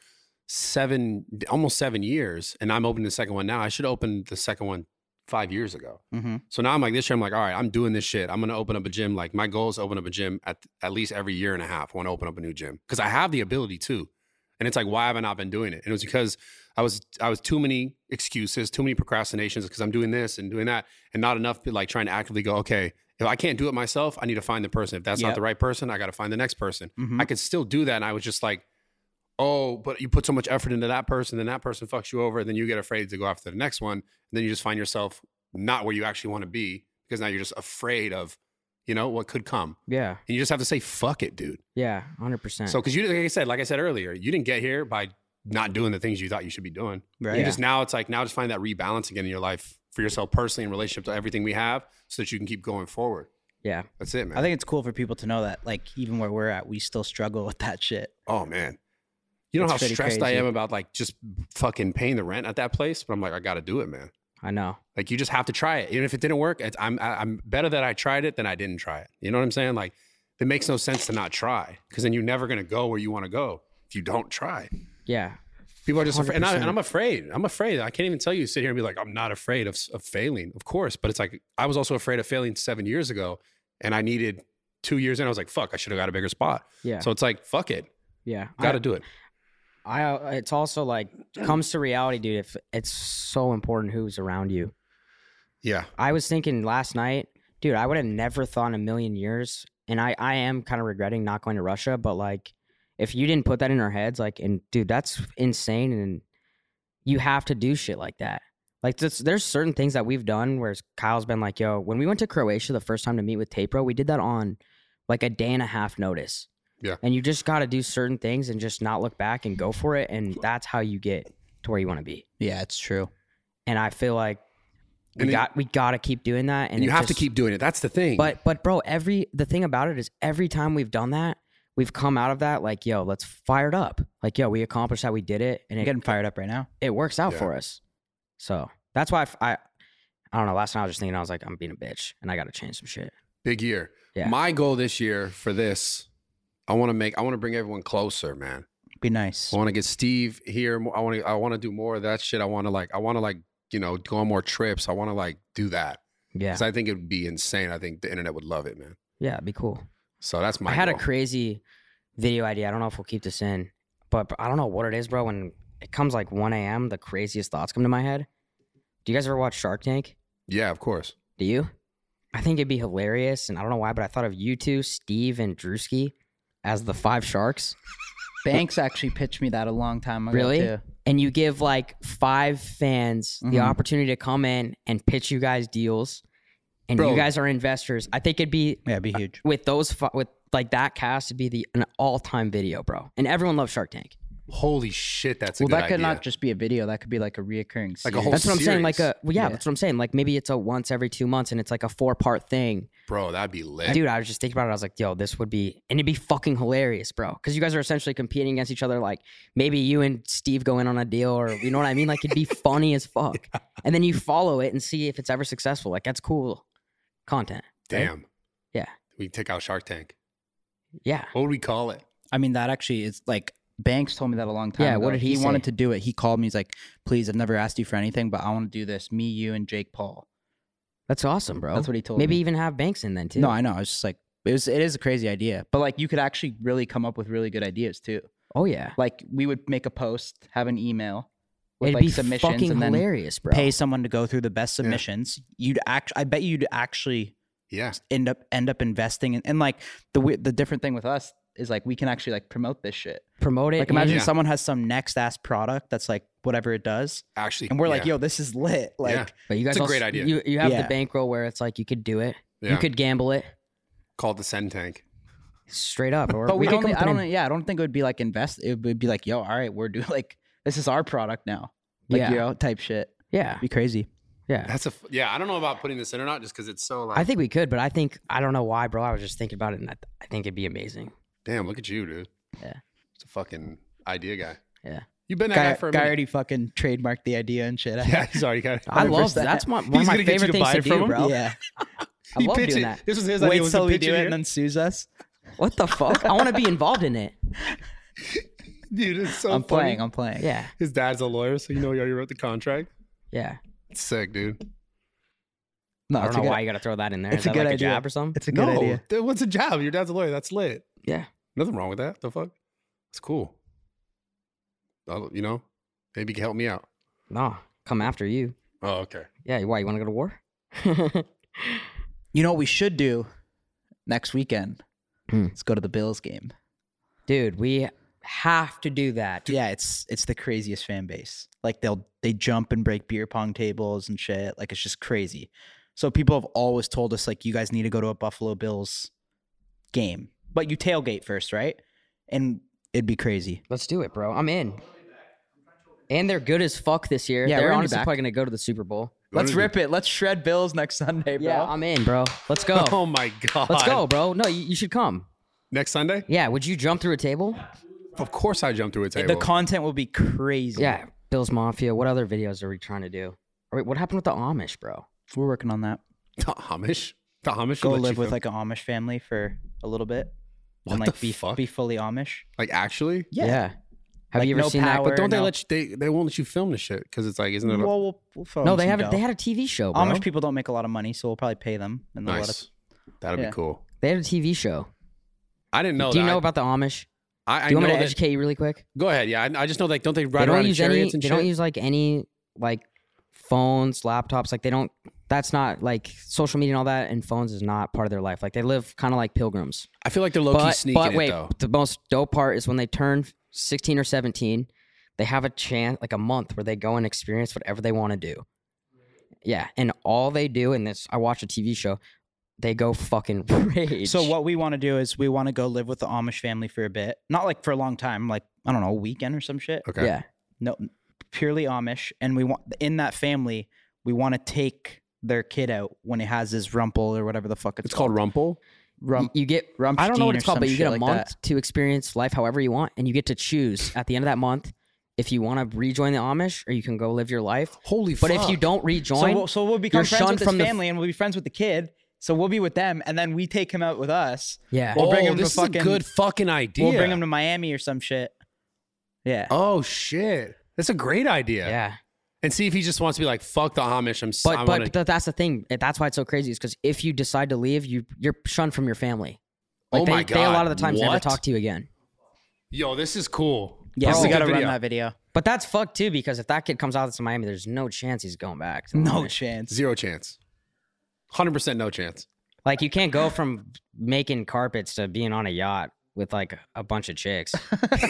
seven, almost seven years, and I'm opening the second one now. I should open the second one five years ago.
mm-hmm.
So now I'm like this year. I'm like, all right, I'm doing this shit. I'm gonna open up a gym. Like my goal is to open up a gym at at least every year and a half. I want to open up a new gym because I have the ability to. And it's like, why have I not been doing it? And it was because I was I was too many excuses, too many procrastinations because I'm doing this and doing that, and not enough like trying to actively go, okay, if I can't do it myself, I need to find the person. If that's not
Yep.
the right person, I got to find the next person.
Mhm.
I could still do that, and I was just like, oh, but you put so much effort into that person, then that person fucks you over, and then you get afraid to go after the next one, and then you just find yourself not where you actually want to be because now you're just afraid of, you know, what could come,
Yeah,
and you just have to say, fuck it, dude.
yeah, hundred percent.
So, because you, like I said, like I said earlier, you didn't get here by not doing the things you thought you should be doing.
right?
You just now it's like now just find that rebalance again in your life for yourself personally in relationship to everything we have, so that you can keep going forward.
yeah,
That's it, man.
I think it's cool for people to know that, like, even where we're at, we still struggle with that shit.
oh man, You know
It's
how
pretty
stressed I
crazy.
am about like just fucking paying the rent at that place, but I'm like, I got to do it, man.
I know.
Like you just have to try it, even if it didn't work. It's, I'm I- I'm better that I tried it than I didn't try it. You know what I'm saying? Like it makes no sense to not try because then you're never gonna go where you want to go if you don't try.
Yeah.
People are just afraid, and, I, and I'm afraid. I'm afraid. I can't even tell you sit here and be like, I'm not afraid of, of failing, of course. But it's like I was also afraid of failing seven years ago, and I needed two years, and I was like, fuck, I should have got a bigger spot.
Yeah.
So it's like, fuck it,
yeah.
got
I-
to do it.
I uh, it's also like comes to reality, dude. If it's so important who's around you.
Yeah,
I was thinking last night, dude, I would have never thought in a million years. And I, I am kind of regretting not going to Russia, but like, if you didn't put that in our heads, like, and dude, that's insane. And you have to do shit like that. Like, there's, there's certain things that we've done where Kyle's been like, yo, when we went to Croatia the first time to meet with Tapro, we did that on like a day and a half notice.
Yeah.
And you just got to do certain things and just not look back and go for it. And that's how you get to where you want to be.
Yeah, it's true.
And I feel like we
And it-
got we got to keep doing that. And
and you
it
have to
just-
keep doing it. That's the thing.
But but bro, every the thing about it is every time we've done that, we've come out of that like yo, let's fire it up. Like yo, we accomplished that, we did it, and
I'm
it,
getting fired up right now.
it works out
Yeah.
for us. So that's why I, f- I I don't know. Last night I was just thinking I was like I'm being a bitch and I got to change some shit.
big year.
Yeah.
My goal this year for this, I want to make, I want to bring everyone closer, man.
Be nice.
I want to get Steve here. mo- I want to. I want to do more of that shit. I want to like. I want to like. You know, go on more trips. I want to like do that
Yeah,
because I think it would be insane. I think the internet would love it, man.
yeah, it'd be cool.
So that's my.
I had a
goal.
crazy video idea. I don't know if we'll keep this in, but but I don't know what it is, bro. When it comes like 1 a.m., the craziest thoughts come to my head. Do you guys ever watch Shark Tank?
yeah, of course.
Do you? I think it'd be hilarious, and I don't know why, but I thought of you two, Steve and Drewski, as the five sharks,
Banks actually pitched me that a long time ago.
Really?
too.
and you give like five fans the
Mhm.
opportunity to come in and pitch you guys deals, and
Bro.
you guys are investors. I think it'd be uh,
Yeah, it'd be huge.
with those fi- with like that cast, it'd be the an all time video, bro, and everyone loves Shark Tank.
Holy shit, that's a
well,
good
that could
idea.
not just be a video. That could be like a reoccurring.
Like a
series.
whole-
That's what I'm saying. Like
series.
a well, yeah,
Yeah.
that's what I'm saying. Like maybe it's a once every two months, and it's like a four part thing.
bro. That'd be lit.
dude, I was just thinking about it. I was like, yo, this would be, and it'd be fucking hilarious, bro. Because you guys are essentially competing against each other. Like maybe you and Steve go in on a deal, or you know what I mean. Like it'd be funny as fuck. And then you follow it and see if it's ever successful. Like that's cool content.
Damn.
Yeah.
We take out Shark Tank.
Yeah,
What would we call it?
I mean, that actually is like Banks told me that a long time.
Yeah,
ago.
what did he
wanted
say?
to do it. He called me. He's like, "Please, I've never asked you for anything, but I want to do this. Me, you, and Jake Paul."
that's awesome, bro.
That's what he told
Maybe
me.
even have Banks in then too.
No, I know. I was just like, it was. It is a crazy idea, but like, you could actually really come up with really good ideas too.
oh yeah,
Like, we would make a post, have an email with
it'd
like
be
submissions,
fucking
and then
hilarious, bro.
pay someone to go through the best submissions. You'd act. I bet you'd actually
Yeah.
end up end up investing in, and like the we- the different thing with us is like we can actually like promote this shit.
Promote it.
Like imagine
Yeah.
someone has some next ass product that's like whatever it does,
Actually,
and we're like,
yeah.
yo, this is lit. Like
Yeah.
but you guys,
It's a
also-
great idea.
You you have
Yeah.
the bankroll where it's like you could do it.
Yeah.
You could gamble it
call it the Send Tank.
straight up. Or
but we,
could
don't.
come
think-
up
I
with
don't.
an-
Yeah, I don't think it would be like invest. It would be like, yo, all right, we're doing like this is our product now. Like
Yeah.
you know, type shit.
Yeah,
Be crazy.
yeah.
That's a. f- Yeah, I don't know about putting this in or not, just because it's so like.
I think we could, but I think I don't know why, bro. I was just thinking about it, and I, I think it'd be amazing.
damn, look at you, dude.
Yeah.
It's a fucking idea guy.
Yeah.
You've been that guy,
Guy,
for a
guy
minute.
already fucking trademarked the idea and shit.
yeah, he's already got it.
I love
100%.
that's my, one
He's
of my
gonna get you
favorite
to
things
buy
to
it from
do,
him?
bro.
yeah.
I love doing that.
This was his idea.
Wait
was to
till we
pitch it
do it
here.
and then sues us.
What the fuck? I want to be involved in it.
Dude, it's so
I'm
funny.
playing. I'm playing.
Yeah,
His dad's a lawyer, so you know he already wrote the contract.
yeah.
It's sick, dude.
No,
I don't
it's a
know
good-
why you got to throw that in there. Is
It's a
that
good
like
idea.
a jab or something?
It's a good
no,
idea.
th- what's a job? Your dad's a lawyer. That's lit.
Yeah.
Nothing wrong with that. The fuck? It's cool. I'll- you know, maybe you can help me out.
No, come after you.
Oh, okay.
Yeah, why you want to go to war?
You know what we should do next weekend?
Hmm.
Let's go to the Bills game.
Dude, we have to do that.
Yeah, it's it's the craziest fan base. Like they'll they jump and break beer pong tables and shit. Like it's just crazy. So people have always told us like you guys need to go to a Buffalo Bills game. But you tailgate first, right? And it'd be crazy.
Let's do it, bro. I'm in. And they're good as fuck this year.
Yeah, we're
they're
gonna be
honestly
back.
probably gonna go to the Super Bowl.
Let's rip it. Let's shred Bills next Sunday, bro.
Yeah, I'm in, bro. Let's go.
Oh my god.
Let's go, bro. No, you, you should come.
Next Sunday?
Yeah, would you jump through a table?
Of course, I jumped through a table.
The content will be crazy.
Yeah, Bill's Mafia. What other videos are we trying to do? Or Wait, what happened with the Amish, bro?
We're working on that.
the Amish. The Amish
Go
will let
live
you
with
film-
like an Amish family for a little bit.
What
and like
the
be
fuck?
be fully Amish.
like actually.
Yeah.
Have
Like,
you ever
no
seen
power,
that?
But don't they
no-
let you? They they won't let you film the shit because it's like isn't it? a-
Well, we'll, we'll throw
No,
them
they
some
have. A,
dough.
they had a TV show. Bro.
Amish people don't make a lot of money, so we'll probably pay them. And they'll let us-
nice. That'd
Yeah.
be cool.
They had a TV show.
I didn't know.
Do you
that.
know
I-
about the Amish?
I, I
Do you want
know
me to
that-
educate you really quick?
Go ahead. Yeah, I, I just know like don't they ride
they don't
around in
use any.
chariots
They
and shit?
don't use like any like phones, laptops. Like they don't. That's not like social media and all that. And phones is not part of their life. Like they live kind of like pilgrims.
I feel like they're low key
but,
sneaking
but wait,
it though.
the most dope part is when they turn 16 or 17, they have a chance, like a month, where they go and experience whatever they want to do. Yeah, and all they do, and this, I watch a TV show, they go fucking rage.
So what we want to do is we want to go live with the Amish family for a bit, not like for a long time, like I don't know, a weekend or some shit.
Okay.
Yeah,
No, purely Amish, and we want in that family we want to take their kid out when it has his rumple or whatever the fuck it's,
It's called Rumple.
Rump.
you get.
Rumpstein
I don't know what
or
it's called,
some
but you
shit
get a
like
month
that.
to experience life however you want, and you get to choose at the end of that month if you want to rejoin the Amish or you can go live your life.
Holy
But
fuck.
if you don't rejoin,
So we'll, so we'll become
you're
friends
shunned
with
from
his
the-
family, and we'll be friends with the kid. So we'll be with them, and then we take him out with us.
yeah,
We'll
oh,
bring him to
this
fucking-
is a good fucking idea.
We'll bring him to Miami or some shit. Yeah.
Oh shit, that's a great idea.
yeah.
And see if he just wants to be like fuck the Amish. I'm. s-
But
I
but
wanna-
th- that's the thing. It- That's why it's so crazy. Is because if you decide to leave, you you're shunned from your family. Like
Oh
they,
my
They a lot
God,
of the times never
what?
talk to you again.
yo, this is cool.
Yeah,
This is
we
a
gotta
good
run
video.
that video.
But that's fucked too. Because if that kid comes out that's in Miami, there's no chance he's going back. to
No
Miami.
chance.
Zero chance. Hundred percent no chance.
like you can't go from making carpets to being on a yacht with like a bunch of chicks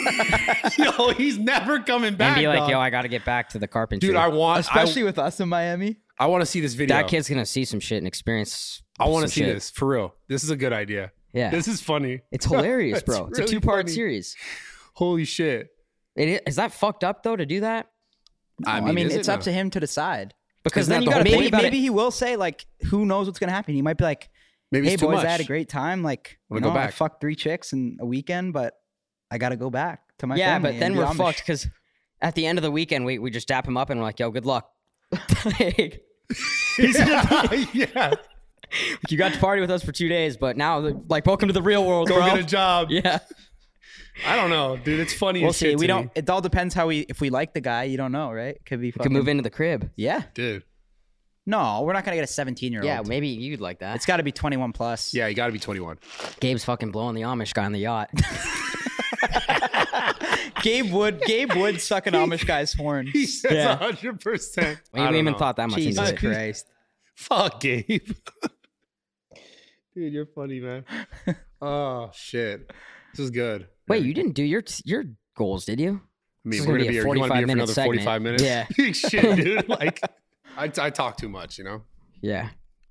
yo, he's never coming
and
back.
be like,
dog.
yo, I got to get back to the carpentry.
dude, I want.
Especially with us in Miami.
I, I want to see this video.
that kid's gonna see some shit and experience.
I want to
some
see
shit.
this for real. This is a good idea.
Yeah,
This is funny.
it's hilarious,
That's
bro. it's a
really
two-part
funny.
series.
Holy shit.
It is, is that fucked up though to do that?
I mean, is it
it's up
now?
to him to decide.
Isn't
Because
that
then you
the whole
got to think
Maybe,
about
maybe
it.
he will say like, "Who knows what's gonna happen?" He might be like,
Maybe
"Hey
it's too
boys,
much.
I had a great time. Like,
Wanna
you
go
know, I
back."
fucked three chicks in a weekend, but I gotta go back to my
Yeah,
family
but
and
then
be
we're
Amish."
fucked because at the end of the weekend, we, we just dap him up and we're like, yo, good luck. like,
yeah.
you got to party with us for two days, but now, like, welcome to the real world,
Go
bro.
get a job.
Yeah.
I don't know, dude. It's funny.
We'll
as shit
see. We
to
don't.
me.
It all depends how we. If we like the guy, you don't know, right? Could be.
We can
Fucking,
move into the crib.
Yeah.
dude.
No, we're not gonna get a 17 year old.
Yeah, maybe you'd like that.
It's got to be 21 plus.
Yeah, you got to be 21.
Gabe's fucking blowing the Amish guy on the yacht.
Gabe would. Gabe would suck an Amish guy's horn.
He says
Yeah.
100%.
We,
I
we
don't
even
know.
thought that much
Jesus
into it.
Christ.
Fuck, Gabe. dude, you're funny, man. Oh, shit. This is good.
Wait, you didn't do your your goals, did
I
you? This
mean,
is
we're
gonna
going to be here.
be a
You want to be here for
45
another
minute
45 minutes?
segment.
Big shit, dude. Like, I, I talk too much, you know?
Yeah.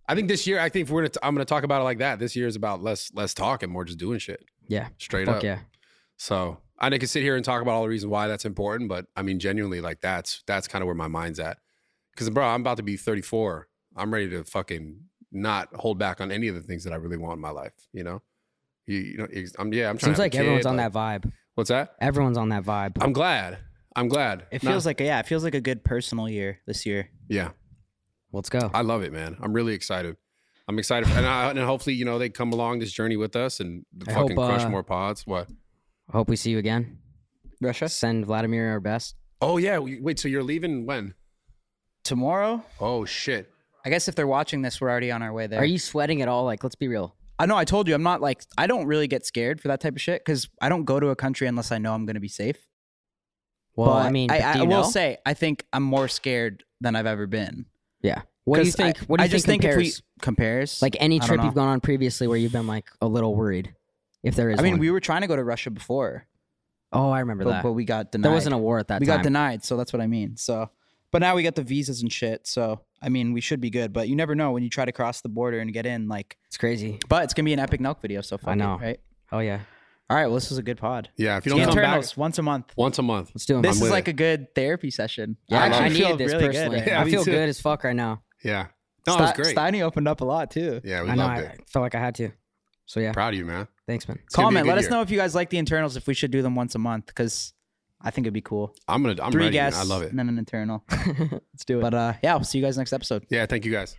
I think this year, I think if we're gonna, t- I'm going to talk about it like that. This year is about less less talk and more just doing shit
Yeah.
straight
Fuck
up.
yeah.
So I know I could sit here and talk about all the reasons why that's important, but I mean, genuinely, like that's that's kind of where my mind's at. Because bro, I'm about to be 34. I'm ready to fucking not hold back on any of the things that I really want in my life. You know, you, you know, ex- I'm yeah. I'm trying.
Seems
to have
like
a
everyone's
kid,
on
like-
that vibe.
What's that?
Everyone's on that vibe.
I'm glad. I'm glad.
It
Nah,
feels like yeah. It feels like a good personal year this year.
yeah.
Let's go.
I love it, man. I'm really excited. I'm excited, for, and, I, and hopefully, you know, they come along this journey with us and
I
fucking
hope,
crush
uh,
more pods. What?
Hope we see you again.
Russia
Send Vladimir our best.
Oh yeah. we- Wait. So you're leaving when?
tomorrow.
Oh shit.
I guess if they're watching this, we're already on our way there.
Are you sweating at all? Like, let's be real.
I know I told you I'm not like I don't really get scared for that type of shit because I don't go to a country unless I know I'm going to be safe.
Well,
But
I mean,
I,
but
I
do you
will
know?
say I think I'm more scared than I've ever been.
yeah. What do you
'Cause I-
think? what do you
I just
think,
if we
compares?
compares
like any
I don't
trip
know.
you've gone on previously where you've been like a little worried, if there is.
I mean,
one.
we were trying to go to Russia before,
Oh, I remember
but,
that.
but we got denied.
there wasn't a war at that
we
time.
got denied, so that's what I mean. So, but now we got the visas and shit. So I mean, we should be good. But you never know when you try to cross the border and get in. Like,
It's crazy.
but it's gonna be an epic Nelk video. So fuck
I
it,
know.
right?
Oh yeah.
All right. Well, this was a good pod.
Yeah. If you don't come back
Internals once a month.
once a month,
Let's do it.
This
I'm
is
with
like
it.
a good therapy session.
I
yeah, I,
actually
needed this personally.
Good.
Yeah,
I
me
feel
too.
good as fuck right now.
Yeah. No, it was great.
Steiny opened up a lot too.
yeah, we
I know.
loved
I
it.
felt like I had to. So yeah.
Proud of you, man.
Thanks, man.
gonna be a
Comment.
good
Let us
year.
know if you guys like the internals. If we should do them once a month, because I think it'd be cool.
I'm gonna. I'm
Three
ready. man.
guests.
I love it.
And then an internal. Let's do it. But uh, yeah, we'll see you guys next episode.
Yeah. Thank you guys.